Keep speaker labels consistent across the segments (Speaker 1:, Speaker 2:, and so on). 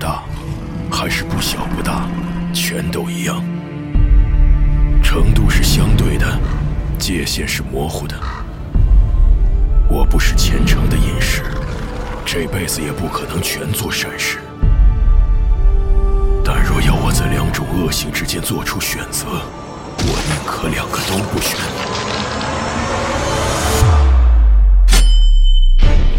Speaker 1: 大，还是不小不大，全都一样。程度是相对的，界限是模糊的。我不是虔诚的隐士，这辈子也不可能全做善事。但若要我在两种恶行之间做出选择，我宁可两个都不选。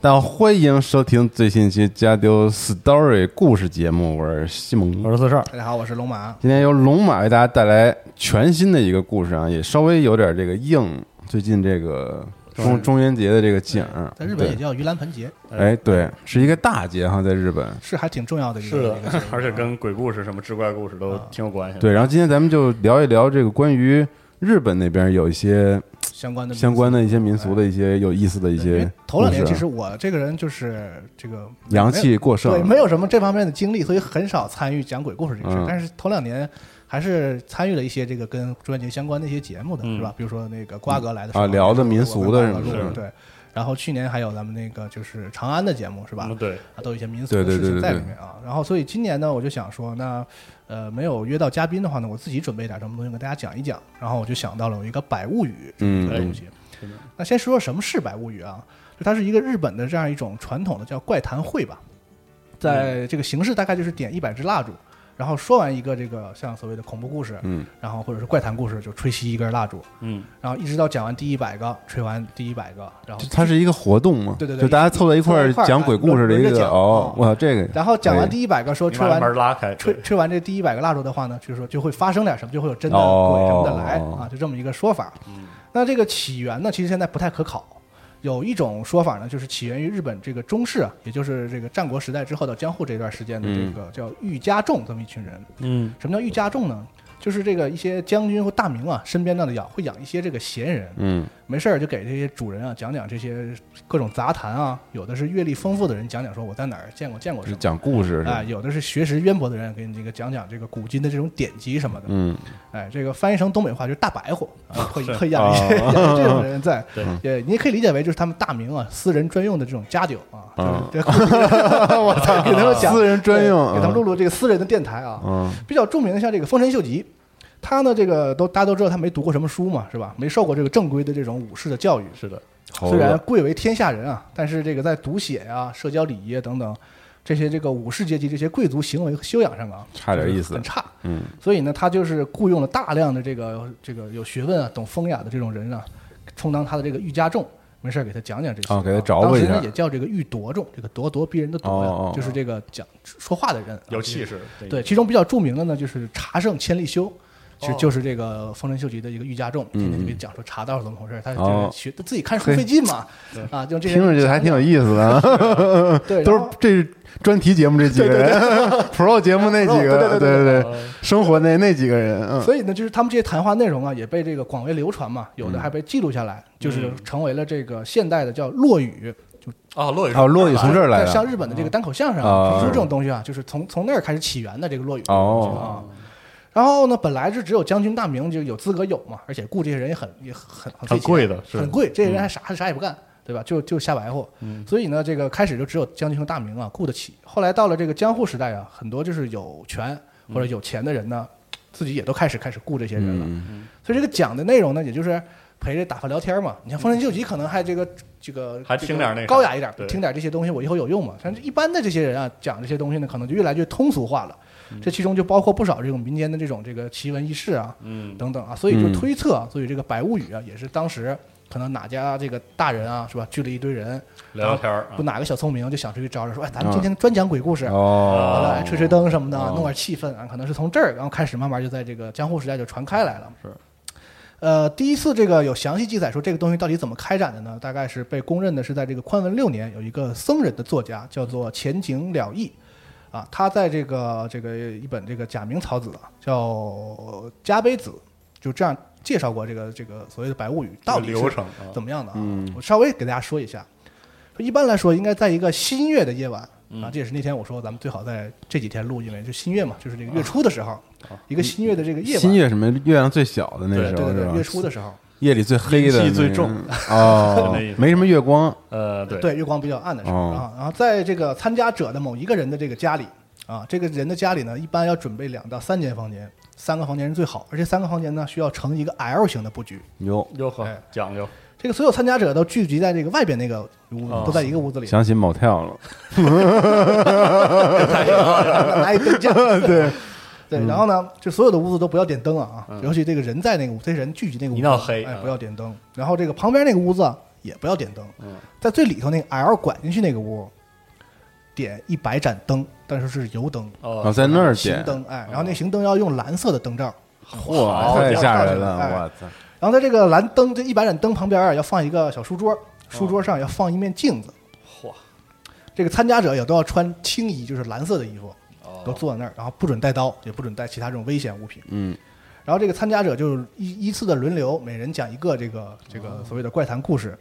Speaker 2: 大家欢迎收听最新一期《加丢 Story》故事节目，我是西蒙。
Speaker 3: 我是四十二，
Speaker 4: 大家好，我是龙马。
Speaker 2: 今天由龙马为大家带来全新的一个故事啊，也稍微有点这个应最近这个中中元节的这个景儿。
Speaker 4: 在日本也
Speaker 2: 对
Speaker 4: 叫盂兰盆节，
Speaker 2: 哎，对，是一个大节哈，在日本。
Speaker 4: 是还挺重要的一个。
Speaker 3: 是的
Speaker 4: 一个节日
Speaker 5: 而且跟鬼故事、什么志怪故事都挺有关系的。
Speaker 2: 对，然后今天咱们就聊一聊这个关于日本那边有一些
Speaker 4: 相关的哎
Speaker 2: 相关的一些民俗的一些有意思的一
Speaker 4: 对。因
Speaker 2: 些
Speaker 4: 为
Speaker 2: 故事啊。
Speaker 4: 头两年其实我这个人就是这个
Speaker 2: 阳气过盛，
Speaker 4: 对，没有什么这方面的经历，所以很少参与讲鬼故事这个事儿。
Speaker 2: 嗯
Speaker 4: 但是头两年还是参与了一些这个跟中元节相关的一些节目的，
Speaker 5: 嗯
Speaker 4: 是吧？比如说那个瓜哥来的时
Speaker 2: 啊
Speaker 4: 候
Speaker 2: 聊的民俗的
Speaker 4: 我跟瓜哥
Speaker 2: 是
Speaker 4: 录
Speaker 2: 吧
Speaker 4: 的对。然后去年还有咱们那个就是长安的节目是吧？
Speaker 5: 嗯，对，
Speaker 4: 啊，都有一些民俗的
Speaker 2: 对对
Speaker 4: 事情
Speaker 2: 对对
Speaker 4: 在
Speaker 2: 对
Speaker 4: 里面啊。然后，所以今年呢，我就想说，那呃，没有约到嘉宾的话呢，我自己准备点什么东西跟大家讲一讲。然后我就想到了有一个《百物语》这
Speaker 2: 嗯
Speaker 4: 么一个东西。
Speaker 5: 嗯
Speaker 4: 那先说说什么是《百物语》啊？就它是一个日本的这样一种传统的叫怪谈会吧，
Speaker 2: 嗯
Speaker 4: 在这个形式大概就是点一百支蜡烛。然后说完一个这个像所谓的恐怖故事，
Speaker 2: 嗯，
Speaker 4: 然后或者是怪谈故事，就吹熄一根蜡烛，
Speaker 5: 嗯，
Speaker 4: 然后一直到讲完第一百个，吹完第一百个，然后
Speaker 2: 就它是一个活动嘛，
Speaker 4: 对对对
Speaker 2: 就大家凑在一块儿
Speaker 4: 凑在一块儿
Speaker 2: 讲鬼故事的一
Speaker 4: 轮轮着
Speaker 2: 个
Speaker 4: 讲
Speaker 2: 哦，
Speaker 4: 嗯
Speaker 2: 哇，这个，
Speaker 4: 然后讲完
Speaker 2: 可以
Speaker 4: 第一百个说
Speaker 5: 你
Speaker 4: 吹
Speaker 5: 把
Speaker 4: 完
Speaker 5: 门拉开，
Speaker 4: 吹
Speaker 5: 对
Speaker 4: 吹完这第一百个蜡烛的话呢，就是说就会发生点什么，就会有真的
Speaker 2: 哦
Speaker 4: 鬼什么的来、
Speaker 2: 哦
Speaker 4: 啊，就这么一个说法。
Speaker 5: 嗯
Speaker 4: 那这个起源呢，其实现在不太可考。有一种说法呢，就是起源于日本这个中世啊，也就是这个战国时代之后到江户这段时间的这个叫御家众这么一群人。
Speaker 5: 嗯
Speaker 4: 什么叫御家众呢？就是这个一些将军或大名啊，身边呢养会养一些这个闲人，
Speaker 2: 嗯，
Speaker 4: 没事儿就给这些主人啊讲讲这些各种杂谈啊，有的是阅历丰富的人讲讲说我在哪儿见过见过什
Speaker 2: 是
Speaker 4: 么，
Speaker 2: 讲故事是
Speaker 4: 啊，
Speaker 2: 吧，
Speaker 4: 有的是学识渊博的人，给你这个讲讲这个古今的这种典籍什么的。
Speaker 2: 嗯，
Speaker 4: 哎，这个翻译成东北话就是大白话， 啊，会会
Speaker 2: 哦
Speaker 4: 养一些养一些这种人在。
Speaker 5: 对
Speaker 4: 也你也可以理解为就是他们大名啊，私人专用的这种家酒啊，
Speaker 2: 啊
Speaker 4: 就是这个 我操，给他们讲
Speaker 2: 私人专用
Speaker 4: 对给他们录录这个私人的电台啊。
Speaker 2: 嗯，
Speaker 4: 比较著名的像这个《丰臣秀吉》，他呢这个都大家都知道他没读过什么书嘛，是吧？没受过这个正规的这种武士的教育，
Speaker 5: 是的，
Speaker 2: 猴
Speaker 4: 虽然
Speaker 2: 子，
Speaker 4: 贵为天下人啊，但是这个在读写呀、社交礼仪啊等等这些这个武士阶级这些贵族行为和修养上啊，
Speaker 2: 差点意思
Speaker 4: 很差。
Speaker 2: 嗯，
Speaker 4: 所以呢，他就是雇佣了大量的这个这个有学问啊、懂风雅的这种人啊，充当他的这个御家众，没事儿给他讲讲这些
Speaker 2: 啊给他着补一
Speaker 4: 当
Speaker 2: 下
Speaker 4: 时呢也叫这个御铎众，这个咄咄逼人的铎呀、
Speaker 2: 哦哦哦
Speaker 4: 就是这个讲说话的人啊，
Speaker 5: 有气势，
Speaker 4: 对，其中比较著名的呢，就是茶圣千利休，就就是这个丰臣秀吉的一个御驾众，天天就给讲说茶道是怎么回事，他就是
Speaker 2: 嗯哦
Speaker 4: 学他自己看书费劲嘛，啊，就这些
Speaker 2: 听着觉得还挺有意思的啊，
Speaker 4: 对，
Speaker 2: 都
Speaker 4: 然
Speaker 2: 是
Speaker 4: 后
Speaker 2: 这是专题节目这几个人 ，Pro 节目那几个，对对对，生活那那几个人，嗯，
Speaker 4: 所以呢，就是他们这些谈话内容啊，也被这个广为流传嘛，有
Speaker 2: 嗯
Speaker 4: 的还被记录下来，就是成为了这个现代的叫落语，啊
Speaker 5: 啊，落雨
Speaker 2: 哦，落雨从这儿来
Speaker 4: 对像
Speaker 2: 的，
Speaker 4: 日本的这个单口相声
Speaker 2: 啊
Speaker 4: 啊，就是这种东西啊，就是从从那儿开始起源的这个落语
Speaker 2: 哦
Speaker 4: 啊。然后呢，本来是只有将军大名就有资格有嘛，而且雇这些人也很也很很费
Speaker 5: 很
Speaker 4: 钱
Speaker 5: 贵的是嗯
Speaker 4: 很贵，这些人还啥还啥也不干，对吧？就就瞎白活。所以呢，这个开始就只有将军和大名啊雇得起。后来到了这个江户时代啊，很多就是有权或者有钱的人呢，自己也都开始开始雇这些人了。
Speaker 5: 嗯
Speaker 4: 所以这个讲的内容呢，也就是陪着打发聊天嘛。你像丰臣秀吉可能还这个这个
Speaker 5: 还听点那个
Speaker 4: 高雅一点，
Speaker 5: 对
Speaker 4: 听点这些东西我以后有用嘛。但是一般的这些人啊，讲这些东西呢，可能就越来越通俗化了。
Speaker 5: 嗯
Speaker 4: 这其中就包括不少这种民间的这种这个奇闻异事啊，
Speaker 5: 嗯，
Speaker 4: 等等啊，所以就推测啊，所以这个《白物语》啊，也是当时可能哪家这个大人啊，是吧，聚了一堆人
Speaker 5: 聊聊天儿
Speaker 4: 不
Speaker 5: 啊，
Speaker 4: 哪个小聪明就想出去招着说，哎，咱们今天专讲鬼故事，啊
Speaker 2: 哦，
Speaker 4: 完了哎吹吹灯什么的，
Speaker 2: 哦
Speaker 4: 弄点气氛啊，可能是从这儿，然后开始慢慢就在这个江户时代就传开来了。是，呃，第一次这个有详细记载说这个东西到底怎么开展的呢？大概是被公认的是在这个宽文六年，有一个僧人的作家叫做前景了义。啊，他在这个这个一本这个假名草子啊，叫《加杯子》，就这样介绍过这个这个所谓的白物语到
Speaker 5: 这
Speaker 4: 底是
Speaker 5: 个流程啊
Speaker 4: 怎么样的啊？我稍微给大家说一下。说一般来说，应该在一个新月的夜晚
Speaker 2: 嗯
Speaker 4: 啊，这也是那天我说咱们最好在这几天录，因为就新月嘛，就是这个月初的时候，一个新月的这个夜晚，
Speaker 2: 啊新月什么月亮最小的那
Speaker 4: 对
Speaker 2: 时候
Speaker 4: 对
Speaker 2: 是
Speaker 4: 对
Speaker 2: 吧
Speaker 4: 对，月？初的时候，
Speaker 2: 夜里最黑的那个，
Speaker 5: 阴气最重
Speaker 2: 哦
Speaker 5: 那意，思
Speaker 2: 没什么月光，
Speaker 5: 呃，对，
Speaker 4: 对月光比较暗的时候
Speaker 2: 哦
Speaker 4: 啊，然后在这个参加者的某一个人的这个家里啊，这个人的家里呢，一般要准备两到三间房间，三个房间是最好，而且三个房间呢需要成一个 L 型的布局，
Speaker 2: 哟，
Speaker 5: 哟呵
Speaker 4: 哎，
Speaker 5: 讲究，
Speaker 4: 这个所有参加者都聚集在这个外边那个屋子
Speaker 5: 哦，
Speaker 4: 都在一个屋子里，
Speaker 2: 想起 motel 了，
Speaker 4: 拿一灯架，哎对。
Speaker 5: 嗯
Speaker 4: 对，然后呢，就所有的屋子都不要点灯啊，啊尤其这个人在那个屋，这人聚集那个屋，
Speaker 5: 一定要黑
Speaker 4: 哎，
Speaker 5: 啊
Speaker 4: 不要点灯。然后这个旁边那个屋子啊也不要点灯，
Speaker 5: 嗯
Speaker 4: 在最里头那个 L 拐进去那个屋，点一百盏灯，但是是油灯，
Speaker 2: 然后
Speaker 5: 哦，
Speaker 2: 在那儿
Speaker 4: 行
Speaker 2: 点，
Speaker 4: 灯，哎，然后那个行灯要用蓝色的灯罩，
Speaker 2: 哇，太吓人了，
Speaker 4: 哎
Speaker 2: 我操，
Speaker 4: 然后在这个蓝灯这一百盏灯旁边啊，要放一个小书桌，
Speaker 5: 哦
Speaker 4: 书桌上要放一面镜子。
Speaker 5: 嚯，
Speaker 4: 这个参加者也都要穿青衣，就是蓝色的衣服，都坐在那儿，然后不准带刀，也不准带其他这种危险物品。
Speaker 2: 嗯，
Speaker 4: 然后这个参加者就是依依次的轮流，每人讲一个这个这个所谓的怪谈故事。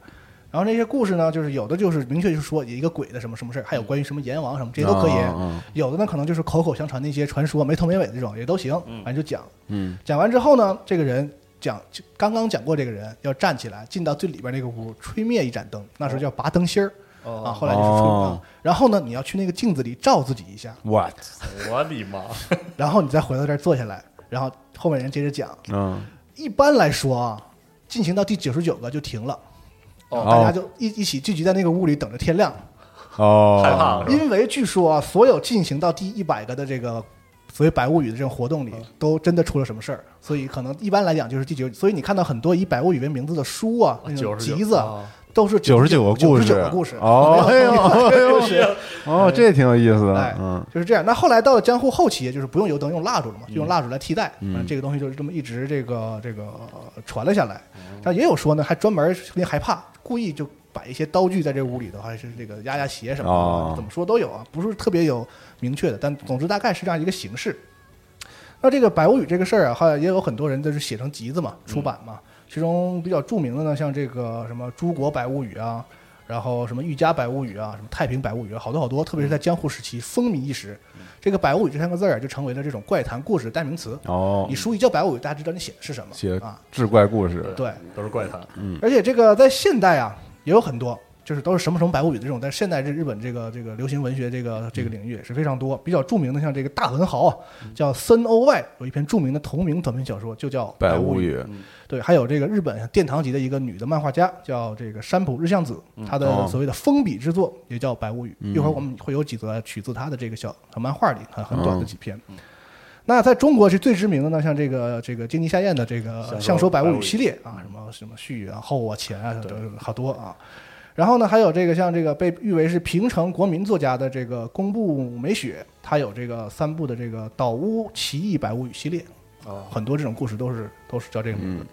Speaker 4: 然后那些故事呢，就是有的就是明确就是说一个鬼的什么什么事儿，还有关于什么阎王什么，这些都可以。
Speaker 2: 哦哦
Speaker 4: 有的呢可能就是口口相传的一些传说，没头没尾的这种也都行，反正就讲。嗯，讲完之后呢，这个人讲就刚刚讲过这个人要站起来，进到最里边那个屋，吹灭一盏灯，那时候叫拔灯芯儿。
Speaker 5: 哦
Speaker 4: 啊，后来就是吹灭
Speaker 2: 哦
Speaker 4: 啊。然后呢，你要去那个镜子里照自己一下，
Speaker 2: 我操，
Speaker 5: 我的妈，
Speaker 4: 然后你再回到这儿坐下来，然后后面人接着讲。
Speaker 2: 嗯，
Speaker 4: 一般来说啊，进行到第九十九个就停了，
Speaker 5: 哦
Speaker 4: 大家就一一起聚集在那个屋里等着天亮，
Speaker 2: 哦，
Speaker 5: 害怕了是吧？
Speaker 4: 因为据说啊，所有进行到第一百个的这个所谓百物语的这种活动
Speaker 5: 哦
Speaker 4: 里，都真的出了什么事儿，所以可能一般来讲就是第九，所以你看到很多以百物语为名字的书啊，那种
Speaker 5: 99
Speaker 4: 集子啊
Speaker 5: 哦
Speaker 4: 都是
Speaker 2: 九十九个故
Speaker 4: 事，
Speaker 2: 事，
Speaker 4: 九个故事
Speaker 2: 哦，哎呦，哎呦，哦，这挺有意思
Speaker 4: 哎
Speaker 2: 的，嗯，，
Speaker 4: 就是这样。那后来到了江户后期，也就是不用油灯，用蜡烛了嘛，就用蜡烛来替代。嗯，这个东西就是这么一直这个这个呃传了下来。
Speaker 2: 哦
Speaker 4: 但也有说呢，还专门因为害怕，故意就摆一些刀具在这屋里头，还是这个压压鞋什么的，
Speaker 2: 哦
Speaker 4: 怎么说都有啊，不是特别有明确的，但总之大概是这样一个形式。那这个百物语这个事儿啊，后来也有很多人就是写成集子嘛，出版
Speaker 2: 嗯
Speaker 4: 嘛。其中比较著名的呢，像这个什么《诸国百物语》啊，然后什么《玉家百物语》啊，什么《太平百物语》啊，好多好多，特别是在江户时期风靡一时。
Speaker 2: 嗯
Speaker 4: 这个“百物语”这三个字儿啊就成为了这种怪谈故事的代名词。
Speaker 2: 哦
Speaker 4: 你，书一叫百物语，大家知道你写的是什么
Speaker 2: 写
Speaker 4: 啊？
Speaker 2: 志怪故事，
Speaker 4: 对，
Speaker 5: 都是怪谈，
Speaker 4: 而且这个在现代啊也有很多，就是都是什么什么百物语的这种，在现代这日本这个这个流行文学这个这个领域也是非常多。比较著名的像这个大文豪啊，叫森欧外，有一篇著名的同名短篇小说就叫《
Speaker 2: 百
Speaker 4: 物
Speaker 2: 物
Speaker 4: 语》。
Speaker 2: 语，
Speaker 4: 对，还有这个日本殿堂级的一个女的漫画家叫这个山浦日向子，她的
Speaker 2: 哦
Speaker 4: 所谓的封笔之作也叫《白物语》。一会儿我们会有几则取自她的这个小小漫画里很很短的几篇。那在中国是最知名的呢，像这个这个京极夏彦的这个《相
Speaker 5: 相
Speaker 4: 说
Speaker 5: 说
Speaker 4: 白
Speaker 5: 白
Speaker 4: 物
Speaker 5: 物
Speaker 4: 语》
Speaker 5: 语
Speaker 4: 系列啊，什么什么序啊、后啊、前啊，都好多啊。然后呢，还有这个像这个被誉为是平成国民作家的这个宫部美雪，她有这个三部的这个《岛屋奇异百物语》系列，
Speaker 5: 哦
Speaker 4: 很多这种故事都是都是叫这个名字。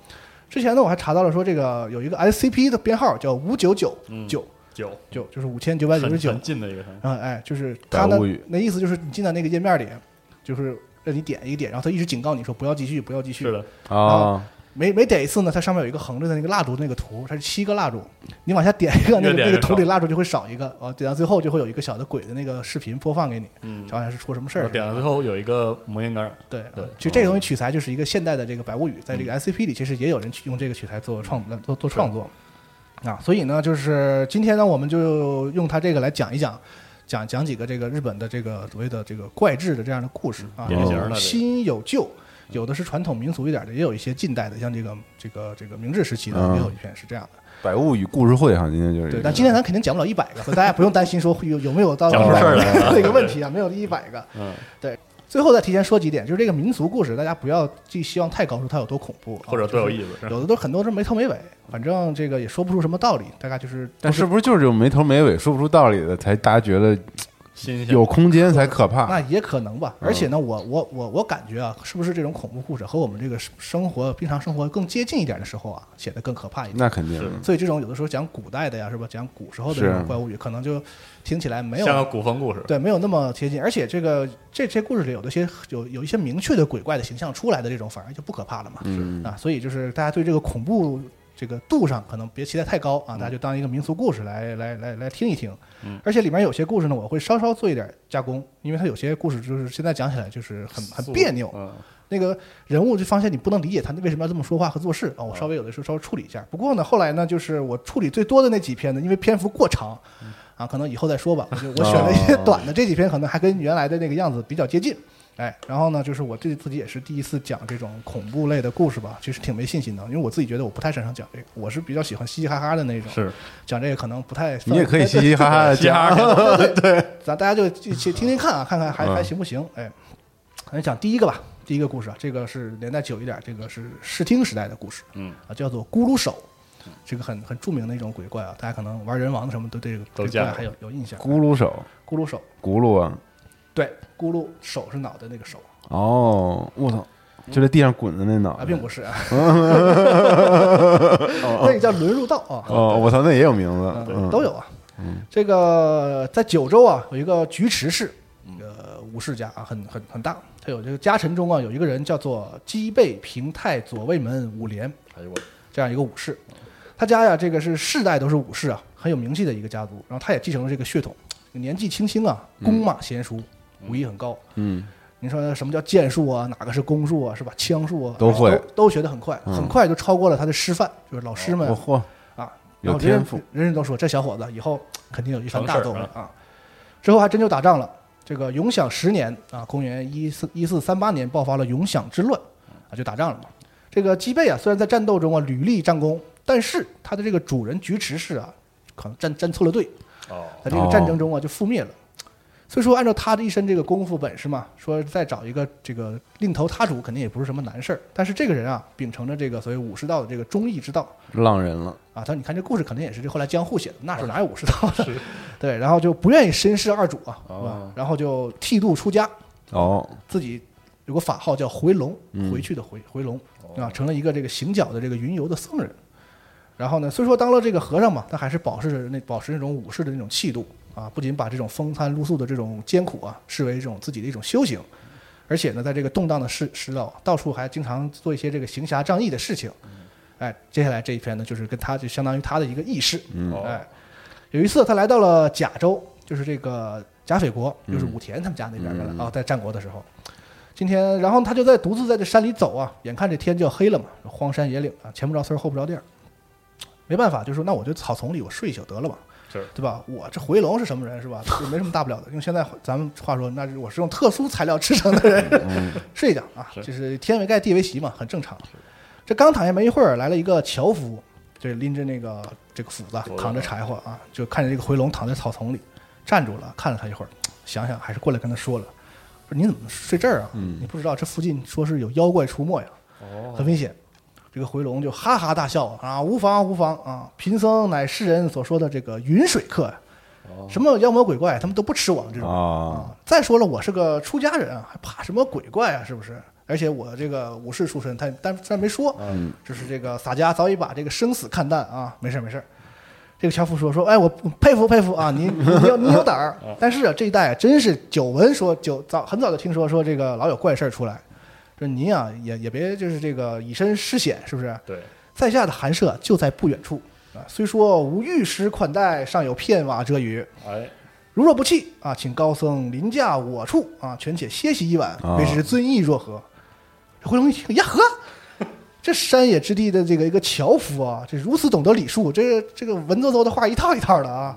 Speaker 4: 之前呢，我还查到了说这个有一个 SCP 的编号叫五九九九
Speaker 5: 九
Speaker 4: 九，就是五千九百九十
Speaker 5: 很嗯
Speaker 4: 九
Speaker 5: 很。近的一个城市，
Speaker 4: 啊，哎，就是
Speaker 2: 百
Speaker 4: 它呢
Speaker 2: 物语，
Speaker 4: 那意思就是你进到那个页面里，就是让你点一个点，然后它一直警告你说不要继续，不要继续。
Speaker 5: 是的，
Speaker 2: 啊，
Speaker 4: 每每点一次呢，它上面有一个横着的那个蜡烛那个图，它是七个蜡烛，你往下点一个，那
Speaker 5: 越
Speaker 4: 个
Speaker 5: 点
Speaker 4: 那
Speaker 5: 越
Speaker 4: 个图里
Speaker 5: 少
Speaker 4: 蜡烛就会少一个，啊，点到最后就会有一个小的鬼的那个视频播放给你，
Speaker 5: 嗯
Speaker 4: 好像是出什么事
Speaker 5: 我
Speaker 4: 儿。
Speaker 5: 点了之后有一个魔音杆儿，
Speaker 4: 对
Speaker 5: 对嗯
Speaker 4: 啊其实这个东西取材就是一个现代的这个百物语，在这个 SCP 里，其实也有人去用这个取材做创呃做做创作啊。所以呢，就是今天呢，我们就用它这个来讲一讲，讲讲几个这个日本的这个所谓的这个怪志的这样的故事
Speaker 5: 嗯
Speaker 4: 啊，
Speaker 5: 典型的
Speaker 4: 有
Speaker 5: 这个
Speaker 4: 新有旧。有的是传统民俗一点的，也有一些近代的，像这个这个这个明治时期的，
Speaker 2: 嗯
Speaker 4: 也有一篇是这样的。
Speaker 2: 百物语故事会哈，今天就是
Speaker 4: 对，但今天咱肯定讲不了一百个，所以大家不用担心说会有有没有到
Speaker 5: 讲出事儿来了
Speaker 4: 这个问题啊，没有一百个。
Speaker 5: 嗯，
Speaker 4: 最后再提前说几点，就是这个民俗故事，大家不要寄希望太高，说它有多恐怖，
Speaker 5: 或者多有意思，
Speaker 4: 思，
Speaker 5: 是吧
Speaker 4: 有的都很多是没头没尾，反正这个也说不出什么道理，大概就是
Speaker 2: 但是不是就是这种没头没尾、说不出道理的，才大家觉得
Speaker 5: 新鲜
Speaker 2: 有空间才可怕
Speaker 4: 那？也可能吧。
Speaker 5: 嗯
Speaker 4: 而且呢，我我我我感觉啊，是不是这种恐怖故事和我们这个生活平常生活更接近一点的时候啊，写的更可怕一点。
Speaker 2: 那肯定的，
Speaker 4: 所以这种有的时候讲古代的呀，是吧？讲古时候的
Speaker 2: 是
Speaker 4: 这种怪物语，可能就听起来没有
Speaker 5: 像个古风故事，
Speaker 4: 对，没有那么贴近，而且这个这这故事里有的些有有一些明确的鬼怪的形象出来的这种，反而就不可怕了嘛。
Speaker 2: 嗯
Speaker 4: 啊，所以就是大家对这个恐怖这个度上可能别期待太高啊，大家就当一个民俗故事来来来来听一听。而且里面有些故事呢，我会稍稍做一点加工，因为它有些故事就是现在讲起来就是很很别扭，
Speaker 5: 嗯，
Speaker 4: 那个人物就发现你不能理解他为什么要这么说话和做事啊、
Speaker 2: 哦
Speaker 4: 我稍微有的时候稍微处理一下。不过呢，后来呢，就是我处理最多的那几篇呢，因为篇幅过长，
Speaker 2: 嗯
Speaker 4: 啊，可能以后再说吧。我就我选了一些短的，这几篇可能还跟原来的那个样子比较接
Speaker 2: 哦
Speaker 4: 近。哎，然后呢，就是我对自己也是第一次讲这种恐怖类的故事吧，其实挺没信心的，因为我自己觉得我不太擅长讲这个，我是比较喜欢嘻嘻哈哈的那种，
Speaker 5: 是
Speaker 4: 讲这个可能不太。
Speaker 2: 你也可以嘻嘻哈哈 的
Speaker 5: 嘻哈
Speaker 2: 讲， 嗯
Speaker 4: 对对，咱大家就一起听听看啊，看看还还行不行？哎，咱讲第一个吧，第一个故事啊，这个是年代久一点，这个是视听时代的故事，
Speaker 5: 嗯
Speaker 4: 啊，叫做咕噜手，这个很很著名的一种鬼怪啊，大家可能玩人王什么都对这个
Speaker 5: 都
Speaker 4: 这个
Speaker 5: 见
Speaker 4: 怪
Speaker 5: 过
Speaker 4: 还有有印象。
Speaker 2: 咕噜手、
Speaker 4: 咕噜手，
Speaker 2: 咕噜啊，
Speaker 4: 对，咕噜手是脑袋那个手
Speaker 2: 哦，我操，就在地上滚的那脑
Speaker 4: 嗯啊，
Speaker 2: 袋，
Speaker 4: 并不是 啊，
Speaker 5: 哦
Speaker 4: 那个叫轮入道啊，
Speaker 2: 哦，我操，那也有名字，
Speaker 4: 对，都有啊。
Speaker 5: 嗯
Speaker 4: 这个在九州啊，有一个菊池氏，
Speaker 5: 嗯
Speaker 4: 呃，武士家啊，很很很大。他有这个家臣中啊，有一个人叫做基备平太左卫门五连
Speaker 5: 哎呦我，
Speaker 4: 这样一个武士，他家呀，这个是世代都是武士啊，很有名气的一个家族。然后他也继承了这个血统，年纪轻轻啊，弓马娴熟，武艺很高。
Speaker 2: 嗯，
Speaker 4: 你说什么叫剑术啊？哪个是弓术啊？是吧？枪术啊，
Speaker 2: 都会
Speaker 4: 都都学得很快，很快就超过了他的师范，就是老师们
Speaker 2: 我哦
Speaker 4: 啊
Speaker 2: 嚯，
Speaker 4: 啊，
Speaker 2: 有
Speaker 4: 然后人人
Speaker 2: 天赋，
Speaker 4: 人人都说这小伙子以后肯定有一番大作为
Speaker 5: 成事
Speaker 4: 啊。之后还真就打仗了，这个永享十年啊，公元一四一四三八年爆发了永享之乱啊，就打仗了嘛。这个姬贝啊，虽然在战斗中啊屡立战功，但是他的这个主人菊池氏啊，可能站站错了队，
Speaker 5: 哦，
Speaker 4: 在这个
Speaker 2: 哦
Speaker 4: 战争中啊就覆灭了。所以说，按照他的一身这个功夫本事嘛，说再找一个这个另投他主，肯定也不是什么难事儿。但是这个人啊，秉承着这个所谓武士道的这个忠义之道，
Speaker 2: 浪人了，
Speaker 4: 啊，他你看这故事肯定也是这后来江户写的，那时候哪有武士道的？ 对，然后就不愿意身世二主啊，是吧？然后就剃度出家，
Speaker 2: 哦，
Speaker 4: 自己有个法号叫回龙，回去的回回龙啊，成了一个这个行脚的这个云游的僧人。然后呢，虽说当了这个和尚嘛，但还是保持着那保持那种武士的那种气度啊，不仅把这种风餐露宿的这种艰苦啊视为一种自己的一种修行，而且呢，在这个动荡的世世道，到处还经常做一些这个行侠仗义的事情。哎，接下来这一篇呢，就是跟他就相当于他的一个轶事。哎，有一次他来到了甲州，就是这个甲斐国，就是武田他们家那边的了、啊，在战国的时候。今天，然后他就在独自在这山里走啊，眼看这天就要黑了嘛，荒山野岭啊，前不着村后不着店儿，没办法，就说那我就草丛里我睡一宿得了嘛，
Speaker 5: 是
Speaker 4: 对吧？我这回龙是什么人是吧？也没什么大不了的，用现在咱们话说，那是我是用特殊材料制成的人，睡一觉啊，就是天为盖地为席嘛，很正常。这刚躺下没一会儿，来了一个樵夫，这拎着那个这个斧子啊，扛着柴火啊，就看着这个回龙躺在草丛里，站住了，看了他一会儿，想想还是过来跟他说了，说你怎么睡这儿啊？你不知道这附近说是有妖怪出没呀，很危险。这个回龙就哈哈大笑啊，无妨无妨啊，贫僧乃世人所说的这个云水客呀，什么妖魔鬼怪他们都不吃我们这种人
Speaker 2: 哦
Speaker 4: 啊。再说了，我是个出家人啊，还怕什么鬼怪啊？是不是？而且我这个武士出身，他但虽然没说，嗯，就是这个洒家早已把这个生死看淡啊，没事儿没事儿。这个樵夫说说，哎，我佩服佩服啊，你你你有你有胆儿。但是啊，这一代真是久闻说久早很早就听说说这个老有怪事儿出来，这您啊也也别就是这个以身试险，是不是？
Speaker 5: 对，
Speaker 4: 在下的寒舍就在不远处啊，虽说无御师款待，尚有片瓦遮雨。
Speaker 5: 哎，
Speaker 4: 如若不弃啊，请高僧临驾我处啊，权且歇息一晚
Speaker 2: 啊，
Speaker 4: 为师尊意若何？这回龙一听，呀呵，这山野之地的这个一个樵夫啊，这如此懂得礼数，这这个文绉绉的话一套一套的啊，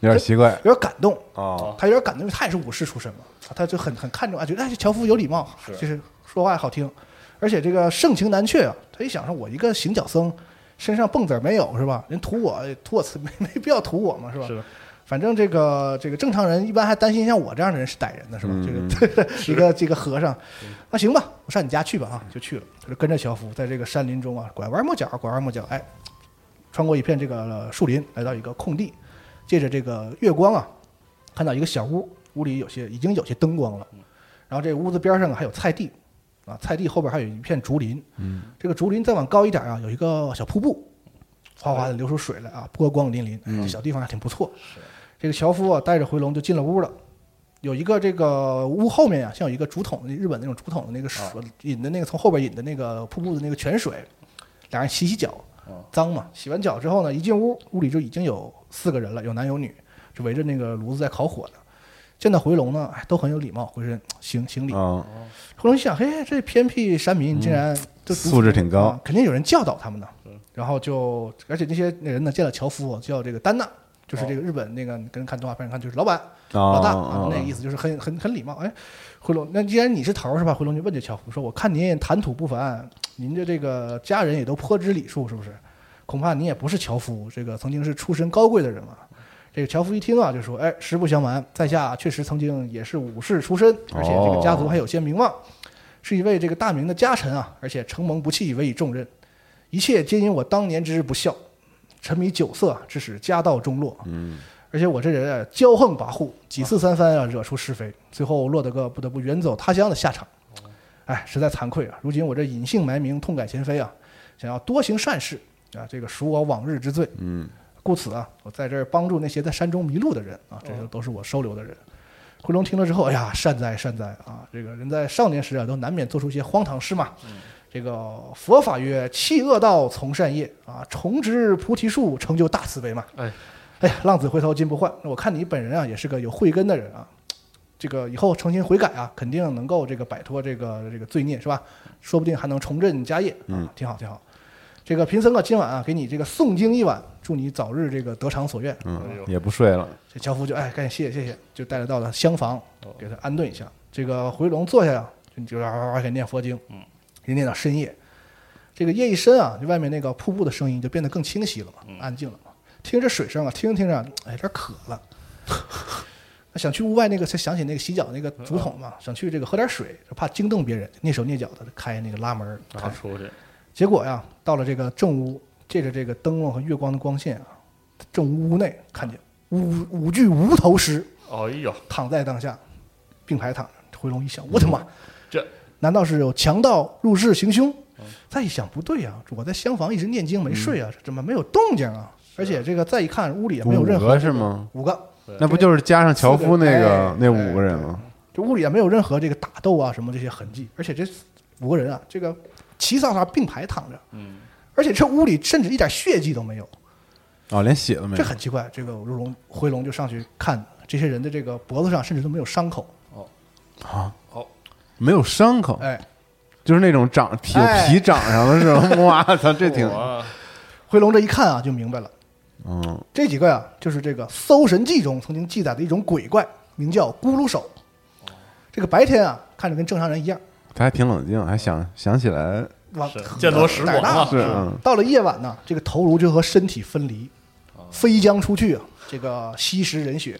Speaker 2: 有点奇怪
Speaker 4: 有点感动。
Speaker 2: 哦，
Speaker 4: 他有点感动，因为他也是武士出身嘛，他就很很看重啊，觉得哎，这樵夫有礼貌，就是说话好听，而且这个盛情难却啊。他一想说，我一个行脚僧，身上蹦子儿没有是吧？人图我哎图我没没必要图我嘛是吧？
Speaker 5: 是的
Speaker 4: 反正这个这个正常人一般还担心像我这样的人是歹人呢，是吧？这个 一个这个和尚，那行吧，我上你家去吧啊，就去了，他就跟着樵夫在这个山林中啊拐弯抹角，拐弯抹角，哎，穿过一片这个树林，来到一个空地，借着这个月光啊，看到一个小屋，屋里有些已经有些灯光了，然后这屋子边上啊还有菜地，啊，菜地后边还有一片竹林，嗯，这个竹林再往高一点啊，有一个小瀑布，哗哗的流出水来啊，波光粼粼，哎这小地方还挺不错。这个樵夫啊带着回龙就进了屋了。有一个这个屋后面啊，像有一个竹筒，日本那种竹筒的那个水、引的那个从后边引的那个瀑布的那个泉水，俩人洗洗脚，脏嘛。洗完脚之后呢，一进屋，屋里就已经有四个人了，有男有女，就围着那个炉子在烤火呢。见到回龙呢，哎，都很有礼貌，回身行行礼。
Speaker 2: 嗯，
Speaker 4: 回龙一想，嘿，这偏僻山民竟然这
Speaker 2: 素质挺高
Speaker 4: 啊肯定有人教导他们呢。然后就，而且那些人呢，见了樵夫叫这个丹娜，就是这个日本那个跟看动画片看就是老板、
Speaker 2: 哦
Speaker 4: 老大
Speaker 2: 哦
Speaker 4: 啊，那个意思就是很很很礼貌。哎，回龙，那既然你是头儿是吧？回龙就问这樵夫说：“我看您也谈吐不凡，您的这个家人也都颇知礼数，是不是？恐怕您也不是樵夫，这个曾经是出身高贵的人嘛。”这个樵夫一听啊，就说：“哎，实不相瞒，在下确实曾经也是武士出身，而且这个家族还有些名望，是一位这个大明的家臣啊，而且承蒙不弃，委以重任，一切皆因我当年之不孝，沉迷酒色，啊致使家道中落。嗯，而且我这人啊，骄横跋扈，几次三番啊，惹出是非，最后落得个不得不远走他乡的下场。哎，实在惭愧啊！如今我这隐姓埋名，痛改前非啊，想要多行善事啊，这个赎我往日之罪。嗯，故此啊，我在这儿帮助那些在山中迷路的人啊，这些都是我收留的人。回龙听了之后，哎呀，善哉善哉啊！这个人在少年时啊，都难免做出一些荒唐事嘛。这个佛法曰：弃恶道，从善业啊，重植菩提树，成就大慈悲嘛。
Speaker 5: 哎，
Speaker 4: 哎呀，浪子回头金不换。那我看你本人啊，也是个有慧根的人啊。这个以后诚心悔改啊，肯定能够这个摆脱这个这个罪孽是吧？说不定还能重振家业啊，挺好挺好。这个贫僧啊，今晚啊给你这个诵经一晚，祝你早日这个得偿所愿。
Speaker 2: 嗯，也不睡了，
Speaker 4: 这樵夫就哎，赶紧谢谢谢谢，就带他到了厢房，给他安顿一下。这个回龙坐下呀，就就哇哇哇给念佛经，嗯，也念到深夜。这个夜一深啊，就外面那个瀑布的声音就变得更清晰了嘛，安静了嘛。听着水声啊，听着听着，哎，有点渴了。想去屋外那个，才想起那个洗脚那个竹筒嘛，想去这个喝点水，怕惊动别人，蹑手蹑脚的开那个拉门儿，
Speaker 5: 然后哎出去，
Speaker 4: 结果呀，到了这个正屋，借着这个灯笼和月光的光线啊，正屋内看见五五具无头尸
Speaker 5: 哎呦，
Speaker 4: 躺在当下，并排躺着。回龙一想，我他妈，
Speaker 5: 这
Speaker 4: 难道是有强盗入室行凶？再一想，不对呀、我在厢房一直念经没睡啊，这怎么没有动静啊？而且这个再一看，屋里也没有
Speaker 2: 五
Speaker 4: 任何
Speaker 2: 个是啊吗？
Speaker 4: 五个，
Speaker 2: 那不就是加上樵夫那个
Speaker 4: 哎
Speaker 2: 那五个人吗？
Speaker 4: 这屋里也没有任何这个打斗啊什么这些痕迹，而且这五个人啊，这个齐刷刷并排躺着，嗯，而且这屋里甚至一点血迹都没有。
Speaker 2: 哦，连血都没有
Speaker 4: 哎这，很奇怪。这个如龙回龙就上去看这些人的这个脖子上甚至都没有伤口，
Speaker 5: 哦
Speaker 2: 没有伤口，
Speaker 4: 哎，
Speaker 2: 就是那种长皮有
Speaker 4: 哎
Speaker 2: 皮长上了是 吗？哇操，这挺，
Speaker 5: 哇，
Speaker 4: 回龙这一看啊就明白了，
Speaker 2: 嗯，
Speaker 4: 这几个呀、就是这个《搜神记》中曾经记载的一种鬼怪，名叫咕噜手。这个白天啊看着跟正常人一样，
Speaker 2: 他还挺冷静，还想
Speaker 4: 哎
Speaker 2: 想起来
Speaker 4: 哇
Speaker 5: 是，见多识广
Speaker 4: 胆大
Speaker 5: 啊
Speaker 2: 是嗯
Speaker 4: 到了夜晚呢，这个头颅就和身体分离，飞将出去啊，这个吸食人血，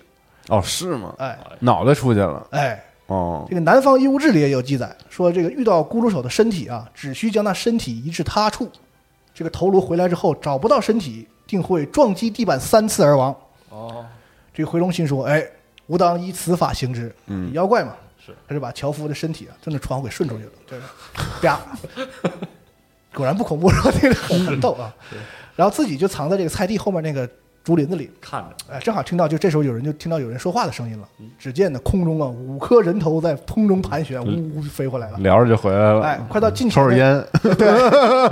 Speaker 2: 哦，是吗？
Speaker 4: 哎
Speaker 2: 脑袋出去了，
Speaker 4: 哎，
Speaker 2: 哦
Speaker 4: 这，个《南方医务志》里也有记载，说这个遇到咕噜手的身体啊，只需将那身体移至他处，这个头颅回来之后找不到身体，定会撞击地板三次而亡。
Speaker 5: 哦，
Speaker 4: 这个回龙心说：“哎，吾当依此法行之。”嗯，妖怪嘛，
Speaker 5: 是，
Speaker 4: 他就把樵夫的身体啊，就那窗户给顺出去了，对吧？啪， 果然不恐怖，然后那个很很逗啊。然后自己就藏在这个菜地后面那个竹林子里，
Speaker 5: 看着
Speaker 4: 哎，正好听到就这时候有人就听到有人说话的声音了。只见呢空中啊五颗人头在空中盘旋，呜呜飞回来了。
Speaker 2: 聊着就回来了，
Speaker 4: 哎，快到近前
Speaker 2: 抽
Speaker 4: 那
Speaker 2: 着烟，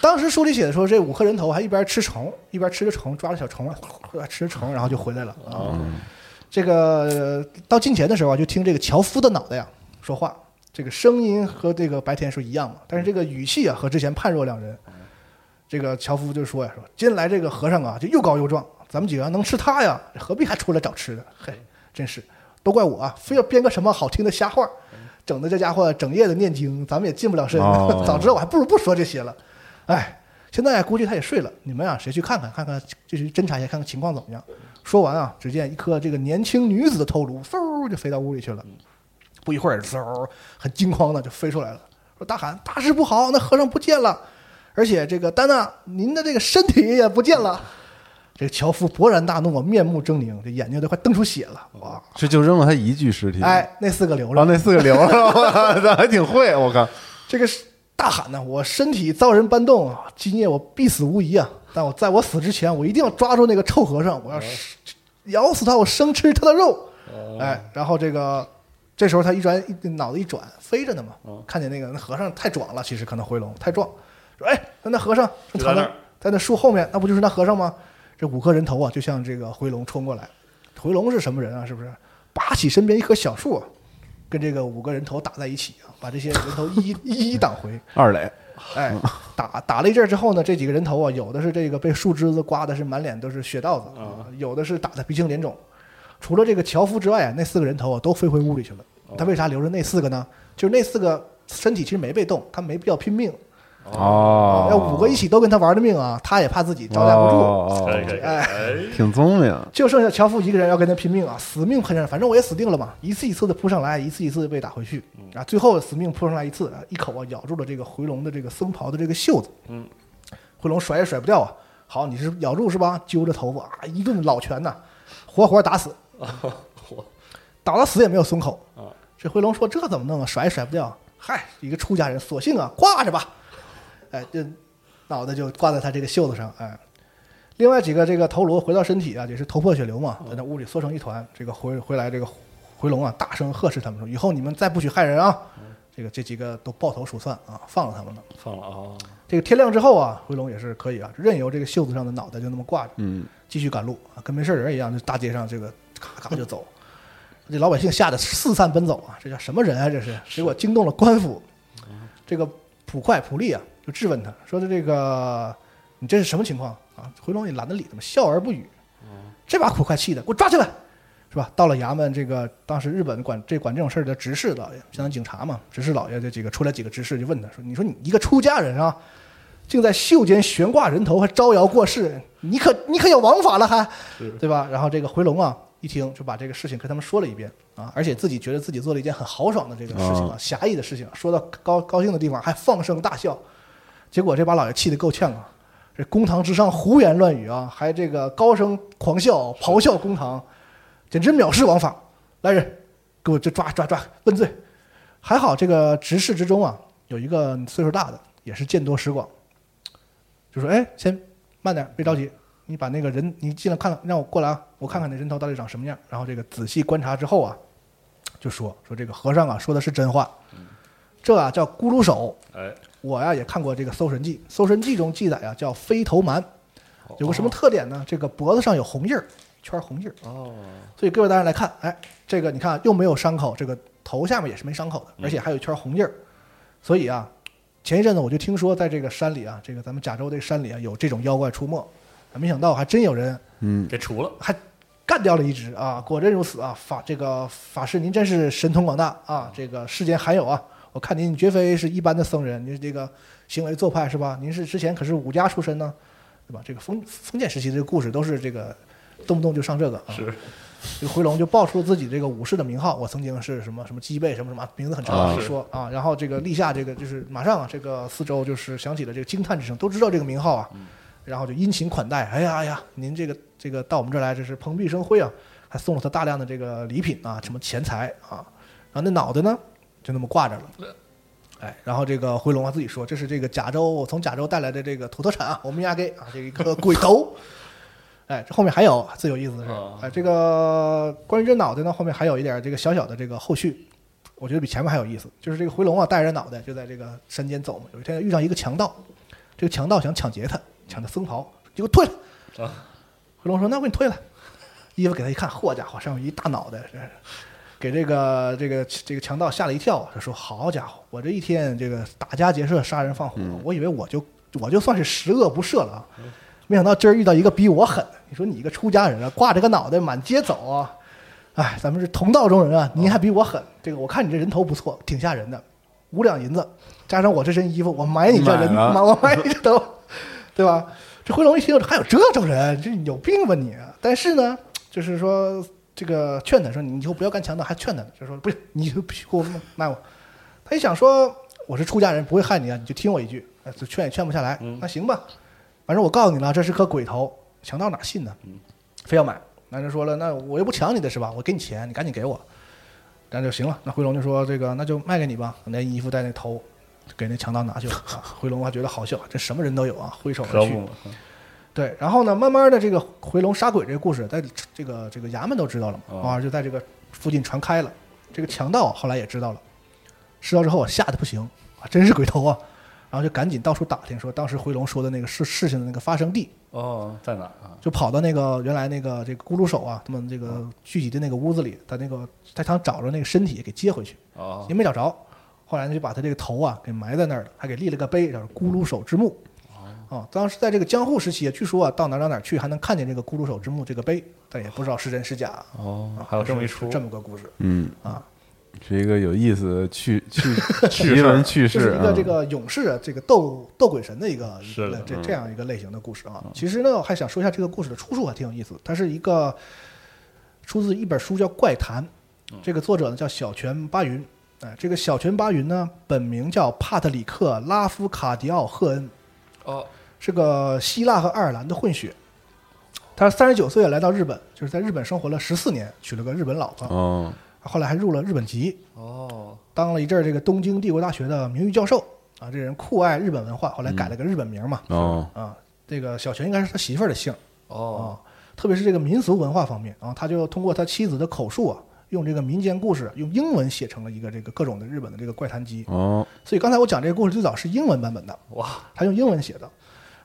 Speaker 4: 当时书里写的说，这五颗人头还一边吃虫，一边吃着虫，抓着小虫啊，呼呼吃着虫，然后就回来了啊。这个呃到近前的时候啊，就听这个樵夫的脑袋呀、啊说话，这个声音和这个白天说一样嘛，但是这个语气啊和之前判若两人。这个樵夫就说呀，说今来这个和尚啊，就又高又壮，咱们几个要能吃他呀，何必还出来找吃的？嘿，真是都怪我啊，非要编个什么好听的瞎话，整的这家伙整夜的念经，咱们也近不了身。
Speaker 2: 哦
Speaker 4: 早知道我还不如不说这些了。哎，现在啊估计他也睡了，你们啊谁去看看看看，就是侦查一下看看情况怎么样。说完啊，只见一颗这个年轻女子的头颅嗖就飞到屋里去了。不一会儿，嗖，很惊慌的就飞出来了，说大喊：“大事不好，那和尚不见了！”而且这个丹娜，您的这个身体也不见了。这个樵夫勃然大怒啊，面目狰狞，这眼睛都快瞪出血了。哇！
Speaker 2: 这就扔了他一具尸体，，
Speaker 4: 哎，那四个留
Speaker 2: 然嗯哦后，
Speaker 4: 着
Speaker 2: 那四个留了， 咱还挺会，我靠，
Speaker 4: 这个是大喊呢：“我身体遭人搬动，啊今夜我必死无疑啊！但我在我死之前，我一定要抓住那个臭和尚，我要是咬死他，我生吃他的肉。”哎，然后这个这时候他一转一脑子一转，飞着呢嘛，看见那个那和尚太壮了，其实可能回笼太壮，说：“哎，那那和尚
Speaker 5: 就在
Speaker 4: 藏
Speaker 5: 那
Speaker 4: 在
Speaker 5: 儿
Speaker 4: 在那树后面，那不就是那和尚吗？”这五颗人头啊，就向这个回龙冲过来。回龙是什么人啊？是不是？拔起身边一棵小树啊，跟这个五个人头打在一起啊，把这些人头一一 一一挡回。
Speaker 2: 二垒，
Speaker 4: 哎，
Speaker 2: 嗯
Speaker 4: 打打了一阵儿之后呢，这几个人头啊，有的是这个被树枝子刮的是满脸都是血道子，有的是打的鼻青脸肿。除了这个樵夫之外啊，那四个人头啊都飞回屋里去了。他为啥留着那四个呢？就是那四个身体其实没被动，他没必要拼命。
Speaker 2: 哦，
Speaker 4: 要五个一起都跟他玩的命啊，他也怕自己招架不住。
Speaker 2: 哦
Speaker 5: 可以可以，可以哎，
Speaker 2: 挺聪明，
Speaker 4: 就剩下樵夫一个人要跟他拼命啊，死命喷上，反正我也死定了嘛，一次一次的扑上来，一次一次的被打回去啊，最后死命扑上来一次，啊一口啊咬住了这个回龙的这个僧袍的这个袖子，嗯，回龙甩也甩不掉啊，好，你是咬住是吧？揪着头发啊，一顿老拳呐、活活打死，
Speaker 5: 哎
Speaker 4: 打到死也没有松口
Speaker 5: 啊。
Speaker 4: 这回龙说这怎么弄啊，甩也甩不掉，嗨，一个出家人，索性啊挂着吧，哎，这脑袋就挂在他这个袖子上，哎。另外几个这个头颅回到身体啊，也是头破血流嘛，在那屋里缩成一团。这个回回来，这个回龙啊，大声呵斥他们说：“以后你们再不许害人啊！”这个这几个都抱头鼠窜啊，放了他们了。
Speaker 5: 放了啊，
Speaker 4: 这个天亮之后啊，回龙也是可以啊，任由这个袖子上的脑袋就那么挂着，嗯，继续赶路啊，跟没事人一样，就大街上这个咔咔就走。这老百姓吓得四散奔走啊，这叫什么人啊？这是，结果惊动了官府。这个捕快普利啊，就质问他说的这个你这是什么情况啊？回龙也懒得理他们，笑而不语。这把捕快气的，给我抓起来，是吧？到了衙门，这个当时日本管这管这种事儿的执事老爷，相当于警察嘛，执事老爷这几个出来几个执事就问他说：“你说你一个出家人啊，竟在袖间悬挂人头，还招摇过市，你可你可有王法了还，对吧？”然后这个回龙啊，一听就把这个事情跟他们说了一遍啊，而且自己觉得自己做了一件很豪爽的这个事情啊，侠义的事情，说到高高兴的地方还放声大笑，结果这把老爷气得够呛啊！这公堂之上胡言乱语啊，还这个高声狂笑、咆哮公堂，简直藐视王法！来人，给我这抓抓抓，问罪！还好这个执事之中啊，有一个岁数大的，也是见多识广，就说：“哎，先慢点，别着急，你把那个人你进来看看，让我过来啊，我看看那人头到底长什么样。”然后这个仔细观察之后啊，就说说这个和尚啊说的是真话，这啊叫咕噜手。
Speaker 5: 哎，
Speaker 4: 我呀也看过这个《搜神记》，《搜神记》中记载啊叫飞头蛮，有个什么特点呢？这个脖子上有红印儿，一圈红印儿。
Speaker 5: 哦，
Speaker 4: 所以各位大家来看，哎，这个你看又没有伤口，这个头下面也是没伤口的，而且还有一圈红印儿。所以啊，前一阵子我就听说，在这个山里啊，这个咱们贾州这个山里啊，有这种妖怪出没，啊没想到还真有人
Speaker 5: 给除了，
Speaker 4: 还干掉了一只啊！果真如此啊！法这个法师您真是神通广大啊！这个世间罕有啊！我看您绝非是一般的僧人，您这个行为做派是吧？您是之前可是武家出身呢，对吧？这个封封建时期的这个故事都是这个动不动就上这个啊。
Speaker 5: 是
Speaker 4: 这个回龙就报出自己这个武士的名号，我曾经是什么什么鸡背什么什么，名字很长
Speaker 5: 啊
Speaker 4: 啊，说啊，然后这个立下这个就是马上啊，这个四周就是响起了这个惊叹之声，都知道这个名号啊，
Speaker 5: 嗯
Speaker 4: 然后就殷勤款待，哎呀哎呀，您这个这个到我们这儿来，这是蓬荜生辉啊，还送了他大量的这个礼品啊，什么钱财啊，啊，啊，那脑袋呢就那么挂着了。哎，然后这个回龙啊自己说，这是这个甲州我从甲州带来的这个土特产啊，我们压给啊这一个 鬼头。哎，这后面还有最有意思的是
Speaker 5: 哦，
Speaker 4: 哎，这个关于这脑袋呢，后面还有一点这个小小的这个后续，我觉得比前面还有意思。就是这个回龙啊，带着脑袋就在这个山间走嘛，有一天遇上一个强盗，这个强盗想抢劫他，抢他僧袍，结果退了。
Speaker 5: 啊
Speaker 4: 回龙说：“那我给你退了。”衣服给他一看，嚯家伙，上面一大脑袋，这是给这个这个这个强盗吓了一跳。他说：“好家伙，我这一天这个打家劫舍、杀人放火，
Speaker 2: 嗯
Speaker 4: 我以为我就我就算是十恶不赦了啊，没想到今儿遇到一个比我狠的。你说你一个出家人啊，挂着个脑袋满街走啊，哎，咱们是同道中人啊，您还比我狠。这个我看你这人头不错，挺吓人的，五两银子加上我这身衣服，我买你这人，
Speaker 2: 买了
Speaker 4: 买我买你这头，对吧？”这回龙一听，还有这种人，这你有病吧你？但是呢，就是说这个劝他说你以后不要干强盗，还劝他，就说不是你就给我卖我。他一想说我是出家人，不会害你啊，你就听我一句，呃就劝也劝不下来。那行吧，反正我告诉你了，这是颗鬼头，强盗哪信呢？非要买。男人说了，那我又不抢你的是吧？我给你钱，你赶紧给我，然后就行了。那回龙就说这个那就卖给你吧，那衣服带那头。给那强盗拿去了、啊，回龙还觉得好笑，这什么人都有啊，挥手而
Speaker 5: 可
Speaker 4: 去
Speaker 5: 不。嘛，
Speaker 4: 对，然后呢，慢慢的这个回龙杀鬼这个故事，在这个这个衙门都知道了嘛，
Speaker 5: 哦
Speaker 4: 啊，就在这个附近传开了。这个强盗后来也知道了，知道之后啊，吓得不行啊，真是鬼头啊，然后就赶紧到处打听，说当时回龙说的那个事事情的那个发生地，
Speaker 5: 哦，在哪儿啊？
Speaker 4: 就跑到那个原来那个这个咕噜手啊，他们这个聚集的那个屋子里，他那个他想找着那个身体给接回去，
Speaker 5: 哦
Speaker 4: 也，没找着。后来呢，就把他这个头啊给埋在那儿了，还给立了个碑，叫做“咕噜手之墓”。啊，当时在这个江户时期，据说啊，到哪儿哪儿哪儿去还能看见这个“咕噜手之墓”这个碑，但也不知道是真是假。
Speaker 5: 哦
Speaker 4: 啊，
Speaker 5: 还有这么一
Speaker 4: 是
Speaker 5: 出，
Speaker 4: 这么个故事
Speaker 2: 嗯，
Speaker 4: 啊，
Speaker 2: 是一个有意思的 趣趣
Speaker 5: 趣事
Speaker 2: 奇闻趣
Speaker 4: 这
Speaker 2: 事
Speaker 4: 是一个
Speaker 2: 啊，
Speaker 4: 这个勇士啊，这个斗斗鬼神的一个一
Speaker 5: 是的
Speaker 4: 个
Speaker 2: 嗯
Speaker 4: 这这样一个类型的故事啊。其实呢，我还想说一下这个故事的出处还啊挺有意思，它是一个出自一本书叫《怪谈》，
Speaker 2: 嗯
Speaker 4: 这个作者呢叫小泉八云。哎，这个小泉八云呢，本名叫帕特里克·拉夫卡迪奥·赫恩，
Speaker 5: 哦，
Speaker 4: 是个希腊和爱尔兰的混血。他三十九岁来到日本，就是在日本生活了十四年，娶了个日本老婆，
Speaker 2: 哦，
Speaker 4: 后来还入了日本籍。
Speaker 5: 哦，
Speaker 4: 当了一阵儿这个东京帝国大学的名誉教授啊，这人酷爱日本文化，后来改了个日本名嘛，
Speaker 2: 哦，
Speaker 4: 啊，这个小泉应该是他媳妇儿的姓
Speaker 5: 哦，
Speaker 4: 啊，特别是这个民俗文化方面啊，他就通过他妻子的口述啊，用这个民间故事用英文写成了一个这个各种的日本的这个怪谈集，
Speaker 2: 哦，
Speaker 4: 所以刚才我讲这个故事最早是英文版本的，
Speaker 5: 哇，
Speaker 4: 他用英文写的，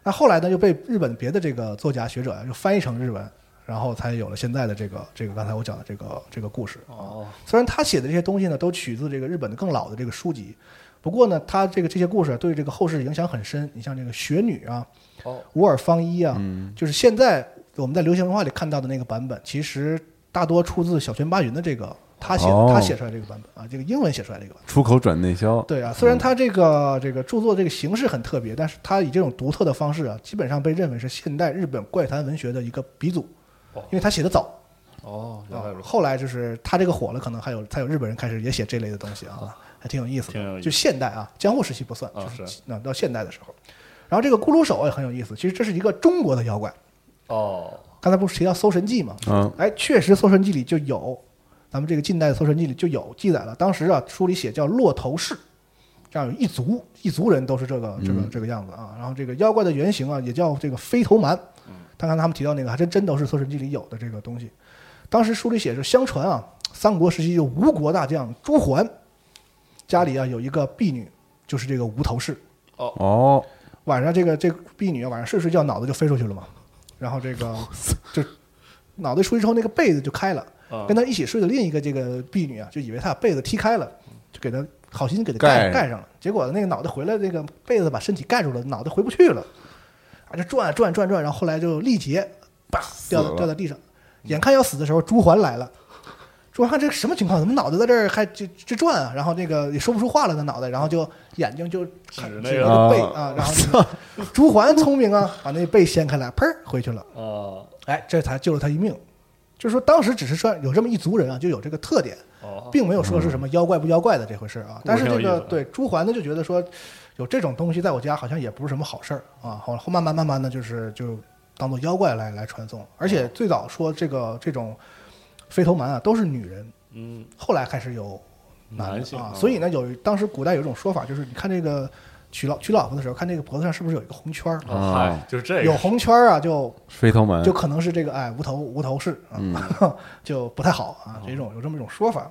Speaker 4: 那后来呢又被日本别的这个作家学者啊又翻译成日文，然后才有了现在的这个这个刚才我讲的这个这个故事啊。
Speaker 5: 哦，
Speaker 4: 虽然他写的这些东西呢，都取自这个日本的更老的这个书籍，不过呢，他这个这些故事啊对这个后世影响很深。你像这个雪女啊，
Speaker 5: 哦，
Speaker 4: 无耳方一啊，就是现在我们在流行文化里看到的那个版本，其实大多出自小泉八云的这个他写的、
Speaker 2: 哦
Speaker 4: 他写出来这个版本啊，这个英文写出来这个版本。
Speaker 2: 出口转内销，
Speaker 4: 对啊，
Speaker 5: 嗯
Speaker 4: 虽然他这个这个著作这个形式很特别，但是他以这种独特的方式啊，基本上被认为是现代日本怪谈文学的一个鼻祖，
Speaker 5: 哦
Speaker 4: 因为他写的早。
Speaker 5: 哦，原来
Speaker 4: 啊
Speaker 5: 如，此，
Speaker 4: 后来就是他这个火了，可能还有才有日本人开始也写这类的东西啊，还挺有意思
Speaker 5: 挺有
Speaker 4: 的。
Speaker 5: 意思
Speaker 4: 就现代啊，江户时期不算，
Speaker 5: 啊
Speaker 4: 就是那到现代的时候。然后这个咕噜手也很有意思，其实这是一个中国的妖怪。
Speaker 5: 哦，
Speaker 4: 刚才不是提到《搜神记》吗？
Speaker 2: 嗯
Speaker 4: 哎，确实《搜神记》里就有，咱们这个近代的《搜神记》里就有记载了。当时啊，书里写叫骆头氏，这样有一族一族人都是这个这个这个样子啊。然后这个妖怪的原型啊，也叫这个飞头蛮。但刚才他们提到那个，还真真都是《搜神记》里有的这个东西。当时书里写着，相传啊，三国时期有吴国大将朱桓，家里啊有一个婢女，就是这个无头氏。
Speaker 2: 哦，
Speaker 4: 晚上这个这个婢女啊，晚上睡睡觉脑袋就飞出去了嘛，然后这个就脑袋出去之后，那个被子就开了，
Speaker 5: 啊
Speaker 4: 跟她一起睡的另一个这个婢女啊，就以为她把被子踢开了，就给她好心给她
Speaker 2: 盖
Speaker 4: 盖
Speaker 2: 上
Speaker 4: 盖上了，结果那个脑袋回来，那个被子把身体盖住了，脑袋回不去了，啊，就转啊转啊转啊转，然后后来就力竭，啪掉
Speaker 2: 了
Speaker 4: 到掉在地上，眼看要死的时候，朱桓来了。朱啊桓这什么情况？怎么脑袋在这儿还这这转啊？然后那个也说不出话了，那脑袋，然后就眼睛就看
Speaker 5: 指那
Speaker 4: 指
Speaker 5: 个
Speaker 4: 那个背
Speaker 2: 啊
Speaker 4: 啊，然后那个朱桓聪明啊，把那被掀开来，砰儿回去了。
Speaker 5: 哦，
Speaker 4: 哎，这才救了他一命。就是说，当时只是说有这么一族人啊，就有这个特点，
Speaker 5: 哦，
Speaker 4: 并没有说是什么妖怪不妖怪的这回事儿啊。但是这
Speaker 5: 挺有
Speaker 4: 个
Speaker 5: 意思的
Speaker 4: 对朱桓呢，就觉得说有这种东西在我家好像也不是什么好事儿啊。后后慢慢慢慢的就是就当做妖怪来来传送，而且最早说这个这种飞头蛮啊都是女人，
Speaker 5: 嗯，
Speaker 4: 后来开始有男
Speaker 5: 男
Speaker 4: 的
Speaker 5: 性
Speaker 4: 啊
Speaker 5: 啊。
Speaker 4: 所以呢，有当时古代有一种说法，就是你看这个娶老娶老婆的时候，看这个脖子上是不是有一个红圈儿。啊
Speaker 5: 哦嗨，就是这个
Speaker 4: 有红圈儿啊，就
Speaker 2: 飞头门
Speaker 4: 就可能是这个哎无头无头氏啊， 就不太好啊，这种有这么一种说法。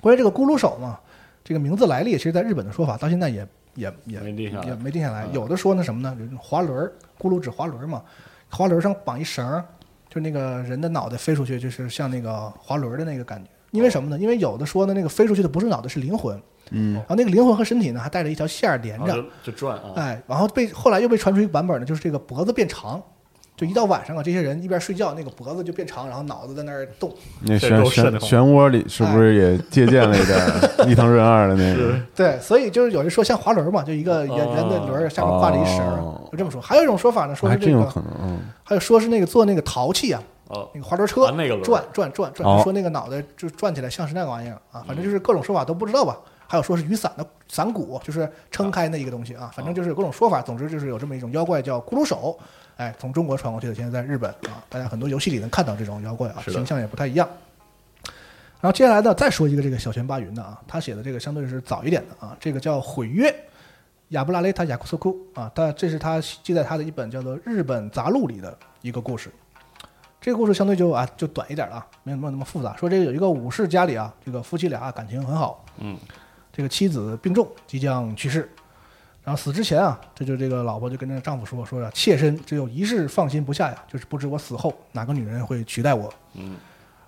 Speaker 4: 关于这个咕噜手嘛，这个名字来历，其实在日本的说法到现在也也也
Speaker 5: 没定下来嗯
Speaker 4: 也没定下来。有的说呢什么呢，就是滑轮儿，咕噜指滑轮儿嘛，滑轮儿上绑一绳儿，就那个人的脑袋飞出去，就是像那个滑轮儿的那个感觉。因为什么呢？因为有的说呢，那个飞出去的不是脑袋，是灵魂。嗯，然后那个灵魂和身体呢，还带着一条线儿连
Speaker 5: 然后
Speaker 4: 着，
Speaker 5: 就就转啊，
Speaker 4: 哎，然后被后来又被传出一个版本呢，就是这个脖子变长，就一到晚上啊，这些人一边睡觉，那个脖子就变长，然后脑子在那儿动。
Speaker 2: 那
Speaker 5: 这
Speaker 2: 漩
Speaker 5: 肉
Speaker 2: 漩
Speaker 5: 瘆得慌
Speaker 2: 漩涡里是不是也借鉴了一点 儿伊藤润二的那个？
Speaker 4: 对，所以就是有人说像滑轮嘛，就一个圆圆的轮儿，下面挂着一绳儿
Speaker 2: 哦，
Speaker 4: 就这么说。还有一种说法呢，说
Speaker 2: 还
Speaker 4: 是
Speaker 2: 真
Speaker 4: 这
Speaker 2: 有
Speaker 4: 个，
Speaker 2: 可能，嗯，
Speaker 4: 还有说是那个做那个陶器啊，
Speaker 5: 哦
Speaker 4: 那个滑轮车
Speaker 5: 啊那个轮儿
Speaker 4: 转转转转，
Speaker 2: 哦
Speaker 4: 就说那个脑袋就转起来像是那个玩意儿啊，反正就是各种说法都不知道吧。还有说是雨伞的伞骨，就是撑开那一个东西啊，反正就是有各种说法。总之就是有这么一种妖怪叫咕噜手，哎，从中国传过去的，现在在日本啊，大家很多游戏里能看到这种妖怪啊，
Speaker 5: 是的
Speaker 4: 形象也不太一样。然后接下来呢，再说一个这个小泉八云的啊，他写的这个相对是早一点的啊，这个叫《毁约》，亚布拉雷塔雅库索库啊，他这是他记在他的一本叫做《日本杂录》里的一个故事。这个故事相对就啊就短一点了啊，没有没有那么复杂。说这个有一个武士家里啊，这个夫妻俩啊感情很好，
Speaker 5: 嗯，
Speaker 4: 这个妻子病重即将去世，然后死之前啊，这就这个老婆就跟这个丈夫说说呀、妾身只有一事放心不下呀，就是不知我死后哪个女人会取代我。
Speaker 5: 嗯，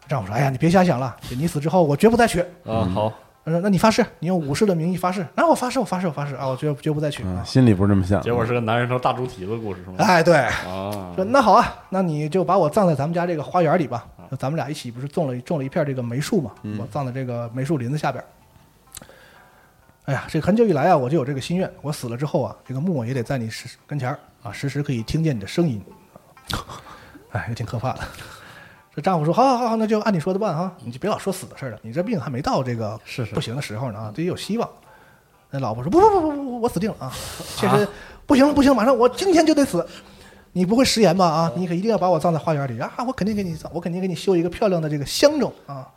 Speaker 4: 丈夫说，哎呀，你别瞎想了，你死之后我绝不再娶。
Speaker 5: 啊好，
Speaker 4: 他说：“那你发誓，你用武士的名义发誓。那我发誓，我发誓，我发誓啊！我绝绝不再娶
Speaker 2: 嗯
Speaker 4: 啊！
Speaker 2: 心里不是这么想的。
Speaker 5: 结果是个男人成大猪蹄子故事是吗？
Speaker 4: 哎，对，
Speaker 5: 啊，啊
Speaker 4: 说那好啊，那你就把我葬在咱们家这个花园里吧。就咱们俩一起不是种了种了一片这个梅树嘛，
Speaker 5: 嗯
Speaker 4: 我葬在这个梅树林子下边儿。哎呀，这很久以来啊，我就有这个心愿，我死了之后啊，这个木偶也得在你时跟前儿啊，时时可以听见你的声音。哎，也挺可怕的。这丈夫说：“好好好好，那就按你说的办哈，你就别老说死的事儿了，你这病还没到这个
Speaker 5: 是是
Speaker 4: 不行的时候呢啊，得有希望。”那老婆说：“不不不不不，我死定了啊！确实不行了不行了，马上我今天就得死。你不会食言吧？啊，你可一定要把我葬在花园里啊！我肯定给你葬，我肯定给你修一个漂亮的这个乡冢啊，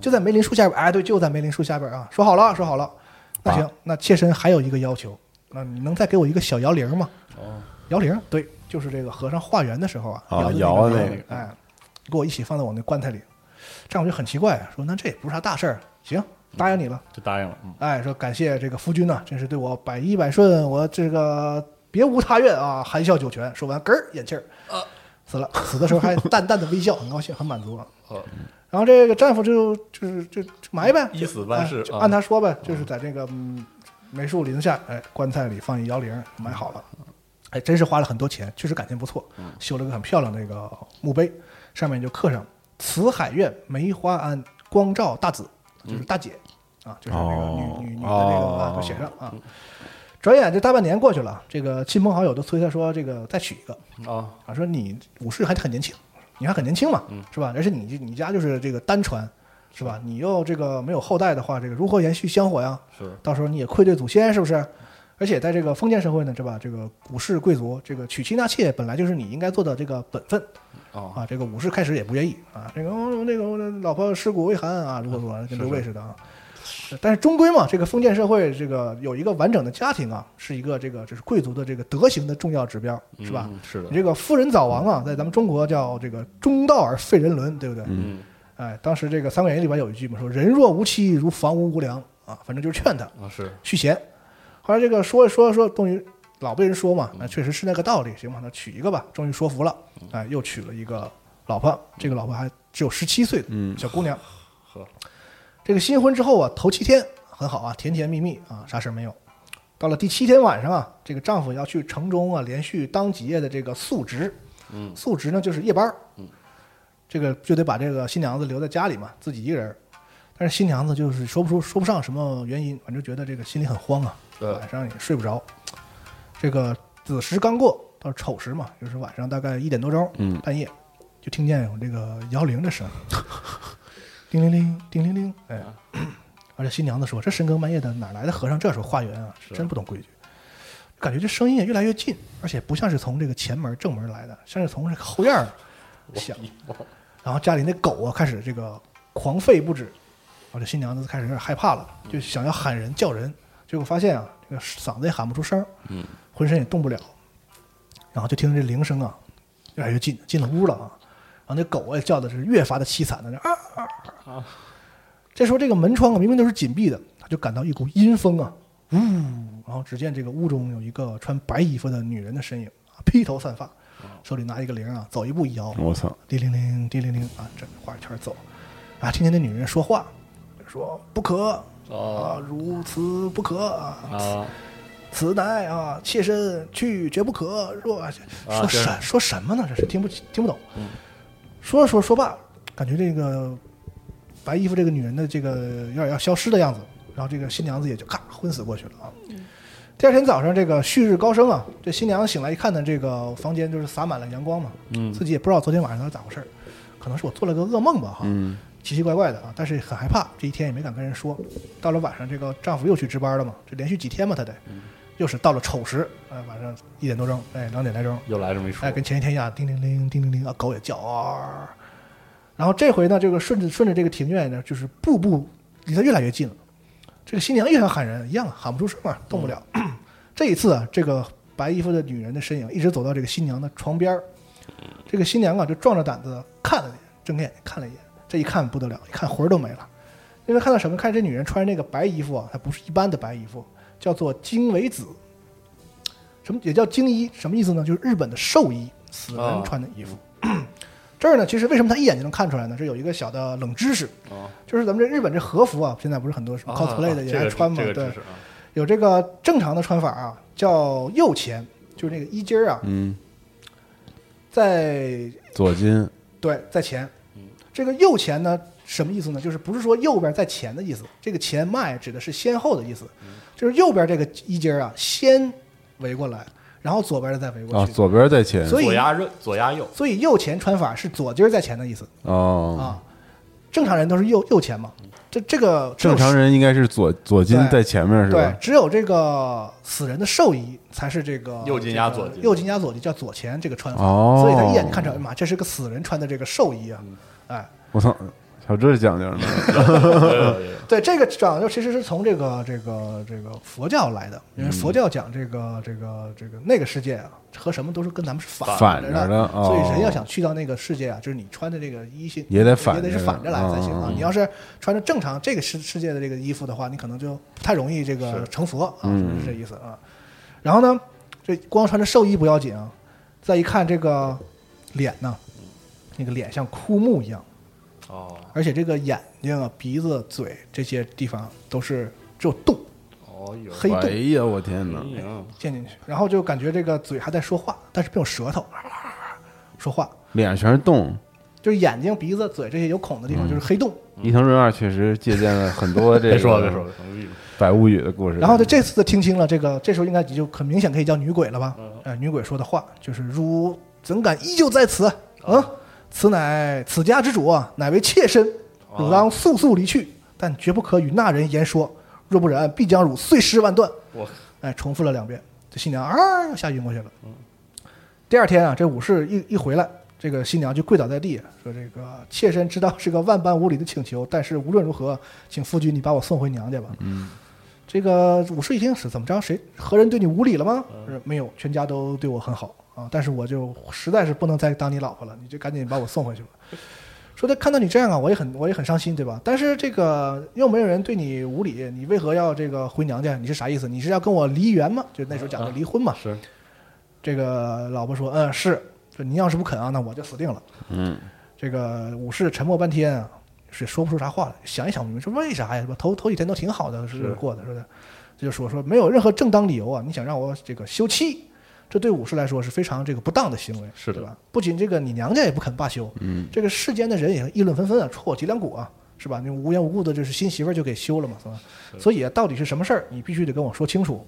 Speaker 4: 就在梅林树下边。哎，对，就在梅林树下边啊！说好了，说好了。那行，那妾身还有一个要求，那你能再给我一个小摇铃吗？
Speaker 5: 哦，
Speaker 4: 摇铃，对，就是这个和尚化缘的时候啊，
Speaker 2: 啊
Speaker 4: 摇
Speaker 2: 摇
Speaker 4: 的
Speaker 2: 的
Speaker 4: 那个，哎，给我一起放在我那棺材里。丈夫就很奇怪，啊说那这也不是啥大事儿，行，答应你了。
Speaker 5: 就答应了，嗯，
Speaker 4: 哎，说感谢这个夫君呐、真是对我百依百顺，我这个别无他愿啊，含笑九泉。说完，嗝儿咽气儿，死了。死的时候还淡淡的微笑，很高兴，很满足啊。
Speaker 5: 哦
Speaker 4: 然后这个丈夫就就是就就埋呗，
Speaker 5: 依死办事
Speaker 4: 哎就
Speaker 5: 啊
Speaker 4: 按他说呗，就是在这个嗯梅树林下，哎，棺材里放一摇铃，埋好了。哎，真是花了很多钱，确实感情不错，
Speaker 5: 嗯
Speaker 4: 修了个很漂亮的一个墓碑，上面就刻上“慈海院梅花庵光照大子”，
Speaker 5: 嗯
Speaker 4: 就是大姐、啊，就是那个女、女女的那个啊，就写上啊。转眼这大半年过去了，这个亲朋好友都催他说：“这个再娶一个。”
Speaker 5: 啊
Speaker 4: 啊，说你武士还很年轻，你还很年轻嘛，
Speaker 5: 嗯
Speaker 4: 是吧？而且你你家就是这个单传，是吧？你又这个没有后代的话，这个如何延续香火呀？
Speaker 5: 是
Speaker 4: 到时候你也愧对祖先，是不是？而且在这个封建社会呢，是吧？这个武士贵族，这个娶妻纳妾本来就是你应该做的这个本分
Speaker 5: 哦
Speaker 4: 啊。这个武士开始也不愿意啊，这个、哦、那个我的老婆尸骨未寒啊，如何如何，跟刘备似的啊。但是终归嘛，这个封建社会，这个有一个完整的家庭啊，是一个这个就是贵族的这个德行的重要指标，是吧？
Speaker 5: 嗯是
Speaker 4: 你
Speaker 5: 的，
Speaker 4: 这个夫人早亡啊，在咱们中国叫这个中道而废人伦，对不对？
Speaker 5: 嗯
Speaker 4: 哎，当时这个《三国演义》里边有一句嘛，说人若无妻，如房无无粮啊，反正就是劝他
Speaker 5: 啊是
Speaker 4: 续弦。后来这个说着说着说，终于老被人说嘛，那确实是那个道理，行吧，那娶一个吧，终于说服了，
Speaker 5: 嗯
Speaker 4: 哎，又娶了一个老婆，这个老婆还只有十七岁的小姑娘。
Speaker 5: 嗯呵
Speaker 4: 这个新婚之后啊，头七天很好啊，甜甜蜜蜜啊，啥事儿没有。到了第七天晚上啊，这个丈夫要去城中啊，连续当几夜的这个宿值，
Speaker 5: 嗯
Speaker 4: 宿值呢就是夜班儿，这个就得把这个新娘子留在家里嘛，自己一个人儿。但是新娘子就是说不出说不上什么原因，反正觉得这个心里很慌啊，
Speaker 5: 对
Speaker 4: 晚上也睡不着。这个子时刚过到丑时嘛，就是晚上大概一点多钟，
Speaker 5: 嗯
Speaker 4: 半夜就听见有这个摇铃的声音， 叮铃铃，叮铃铃，哎，而且新娘子说：“这深更半夜的，哪来的和尚这时候化缘啊？真不懂规矩。”感觉这声音也越来越近，而且不像是从这个前门正门来的，像是从这个后 院儿响。然后家里那狗啊开始这个狂吠不止，啊，这新娘子开始有点害怕了，就想要喊人叫人，结果发现啊，这个嗓子也喊不出声儿，浑身也动不了，然后就听这铃声啊，越来越近，进了屋了啊，然后那狗也叫的是越发的凄惨的，那啊啊啊！这时候这个门窗啊，明明都是紧闭的，他就感到一股阴风啊，呜，然后只见这个屋中有一个穿白衣服的女人的身影，啊披头散发，手里拿一个铃啊，走一步一摇，
Speaker 2: 我操，
Speaker 4: 滴铃铃，滴铃铃啊，这画一圈走，啊，听见那女人说话，说不可啊，如此不可啊，
Speaker 5: 啊，
Speaker 4: 此乃啊，妾身去绝不可。若说
Speaker 5: 这
Speaker 4: 什、说什么呢？这是听不清听不懂。说着说着说罢，感觉这个白衣服这个女人的这个有点要消失的样子，然后这个新娘子也就咔昏死过去了啊。第二天早上，这个旭日高升啊，这新娘醒来一看呢，这个房间就是洒满了阳光嘛，嗯，自己也不知道昨天晚上到底咋回事儿可能是我做了个噩梦吧哈，嗯，奇奇怪怪的啊，但是很害怕，这一天也没敢跟人说。到了晚上，这个丈夫又去值班了嘛，这连续几天嘛，他得，又是到了丑时，哎，晚上一点多钟，哎，两点来钟，
Speaker 5: 又来这么一出
Speaker 4: 哎，，跟前一天一样，叮铃铃，叮铃铃啊，狗也叫啊。然后这回呢，这个顺着顺着这个庭院呢，就是步步离他越来越近了。这个新娘越想喊人，一样喊不出声啊，动不了。这一次啊，这个白衣服的女人的身影一直走到这个新娘的床边儿这个新娘啊，就壮着胆子看了一眼，睁开眼睛看了一眼，这一看不得了，一看魂儿都没了。因为看到什么？看这女人穿着那个白衣服啊，它不是一般的白衣服，叫做经纬子。什么也叫京衣，什么意思呢？就是日本的寿衣，死人穿的衣服。这儿呢，其实为什么他一眼就能看出来呢？这有一个小的冷知识，就是咱们这日本这和服啊，现在不是很多什么
Speaker 5: 啊
Speaker 4: cosplay 的也
Speaker 5: 这
Speaker 4: 爱
Speaker 5: 个
Speaker 4: 穿嘛，
Speaker 5: 这个
Speaker 4: 对
Speaker 5: 知识，啊
Speaker 4: 有这个正常的穿法啊，叫右前，就是那个衣襟儿啊，
Speaker 2: 嗯，
Speaker 4: 在
Speaker 2: 左金，
Speaker 4: 对，在前。
Speaker 2: 嗯
Speaker 4: 这个右前呢，什么意思呢？就是不是说右边在前的意思，这个前迈指的是先后的意思，
Speaker 2: 嗯
Speaker 4: 就是右边这个衣襟儿啊，先围过来，然后左边的再围过
Speaker 2: 啊，
Speaker 4: 去。
Speaker 2: 左边在前，
Speaker 4: 所以
Speaker 5: 左压右，左压右，
Speaker 4: 所以右前穿法是左襟儿在前的意思
Speaker 2: 哦，
Speaker 4: 啊。正常人都是右右前嘛，这这个
Speaker 2: 嗯正常人应该是左左金在前面是
Speaker 4: 对
Speaker 2: 吧，？
Speaker 4: 只有这个死人的寿衣才是这个
Speaker 5: 右襟压左襟
Speaker 4: 这个右襟压左襟叫左前这个穿法，
Speaker 2: 哦嗯
Speaker 4: 所以他一眼就看出来，哎呀妈，这是个死人穿的这个寿衣啊，哎。
Speaker 2: 我操，小这讲究 呢，
Speaker 5: 嗯
Speaker 4: 对，这个讲究其实是从这个这个这个佛教来的，
Speaker 2: 嗯
Speaker 4: 因为佛教讲这个这个这个那个世界啊，和什么都是跟咱们是反
Speaker 2: 反
Speaker 4: 着
Speaker 2: 着的哦
Speaker 4: 所以人要想去到那个世界啊，就是你穿的这个衣性
Speaker 2: 也得反着
Speaker 4: 也得是反着来才行啊
Speaker 2: 嗯。
Speaker 4: 你要是穿着正常这个世世界的这个衣服的话，你可能就不太容易这个成佛啊，
Speaker 2: 嗯
Speaker 4: 是这意思啊。然后呢，这光穿着寿衣不要紧啊，再一看这个脸呢，那个脸像枯木一样。
Speaker 5: 哦，
Speaker 4: 而且这个眼睛、啊、鼻子、嘴这些地方都是只有洞，
Speaker 5: 哦哟，
Speaker 4: 黑
Speaker 2: 哎
Speaker 4: 洞
Speaker 2: 呀，我天哪，
Speaker 5: 嗯
Speaker 4: 陷进去，然后就感觉这个嘴还在说话，但是没有舌头 啊说话，
Speaker 2: 脸上全是洞。
Speaker 4: 就是眼睛、鼻子、嘴这些有孔的地方就是黑洞。
Speaker 2: 伊藤润二确实借鉴了很多这
Speaker 5: 别
Speaker 2: 个
Speaker 5: 说了，别说了，可能是一种
Speaker 2: 《百物语》的故事。
Speaker 4: 然后呢，这次听清了这个，这时候应该你就很明显可以叫女鬼了吧？哎，女鬼说的话就是：“汝怎敢依旧在此？嗯，此乃此家之主啊，乃为妾身，汝当速速离去，但绝不可与那人言说，若不然，必将汝碎尸万段。”
Speaker 5: 我
Speaker 4: 哎，重复了两遍，这新娘啊吓晕过去了。第二天啊，这武士一一回来，这个新娘就跪倒在地，说：“这个妾身知道是个万般无理的请求，但是无论如何，请夫君你把我送回娘家吧。”嗯，这个武士一听是怎么着？谁何人对你无礼了吗？是没有，全家都对我很好啊，但是我就实在是不能再当你老婆了，你就赶紧把我送回去吧。 说他看到你这样啊，我也很我也很伤心，对吧？但是这个又没有人对你无礼，你为何要这个回娘家？你是啥意思？你是要跟我离缘吗？就那时候讲的离婚嘛。
Speaker 5: 是
Speaker 4: 这个老婆说，嗯，是。说您要是不肯啊，那我就死定了。
Speaker 2: 嗯，
Speaker 4: 这个武士沉默半天啊，是说不出啥话来。想一想明白，说为啥呀？说头头几天都挺好的，是过的，是的。这就说说没有任何正当理由啊，你想让我这个休妻，这对武士来说是非常这个不当的行为，
Speaker 5: 是的
Speaker 4: 对吧？不仅这个你娘家也不肯罢休，嗯，这个世间的人也议论纷纷啊，戳我脊梁骨啊，是吧？你无缘无故的，就是新媳妇儿就给休了嘛，是吧？所以啊到底是什么事儿，你必须得跟我说清楚。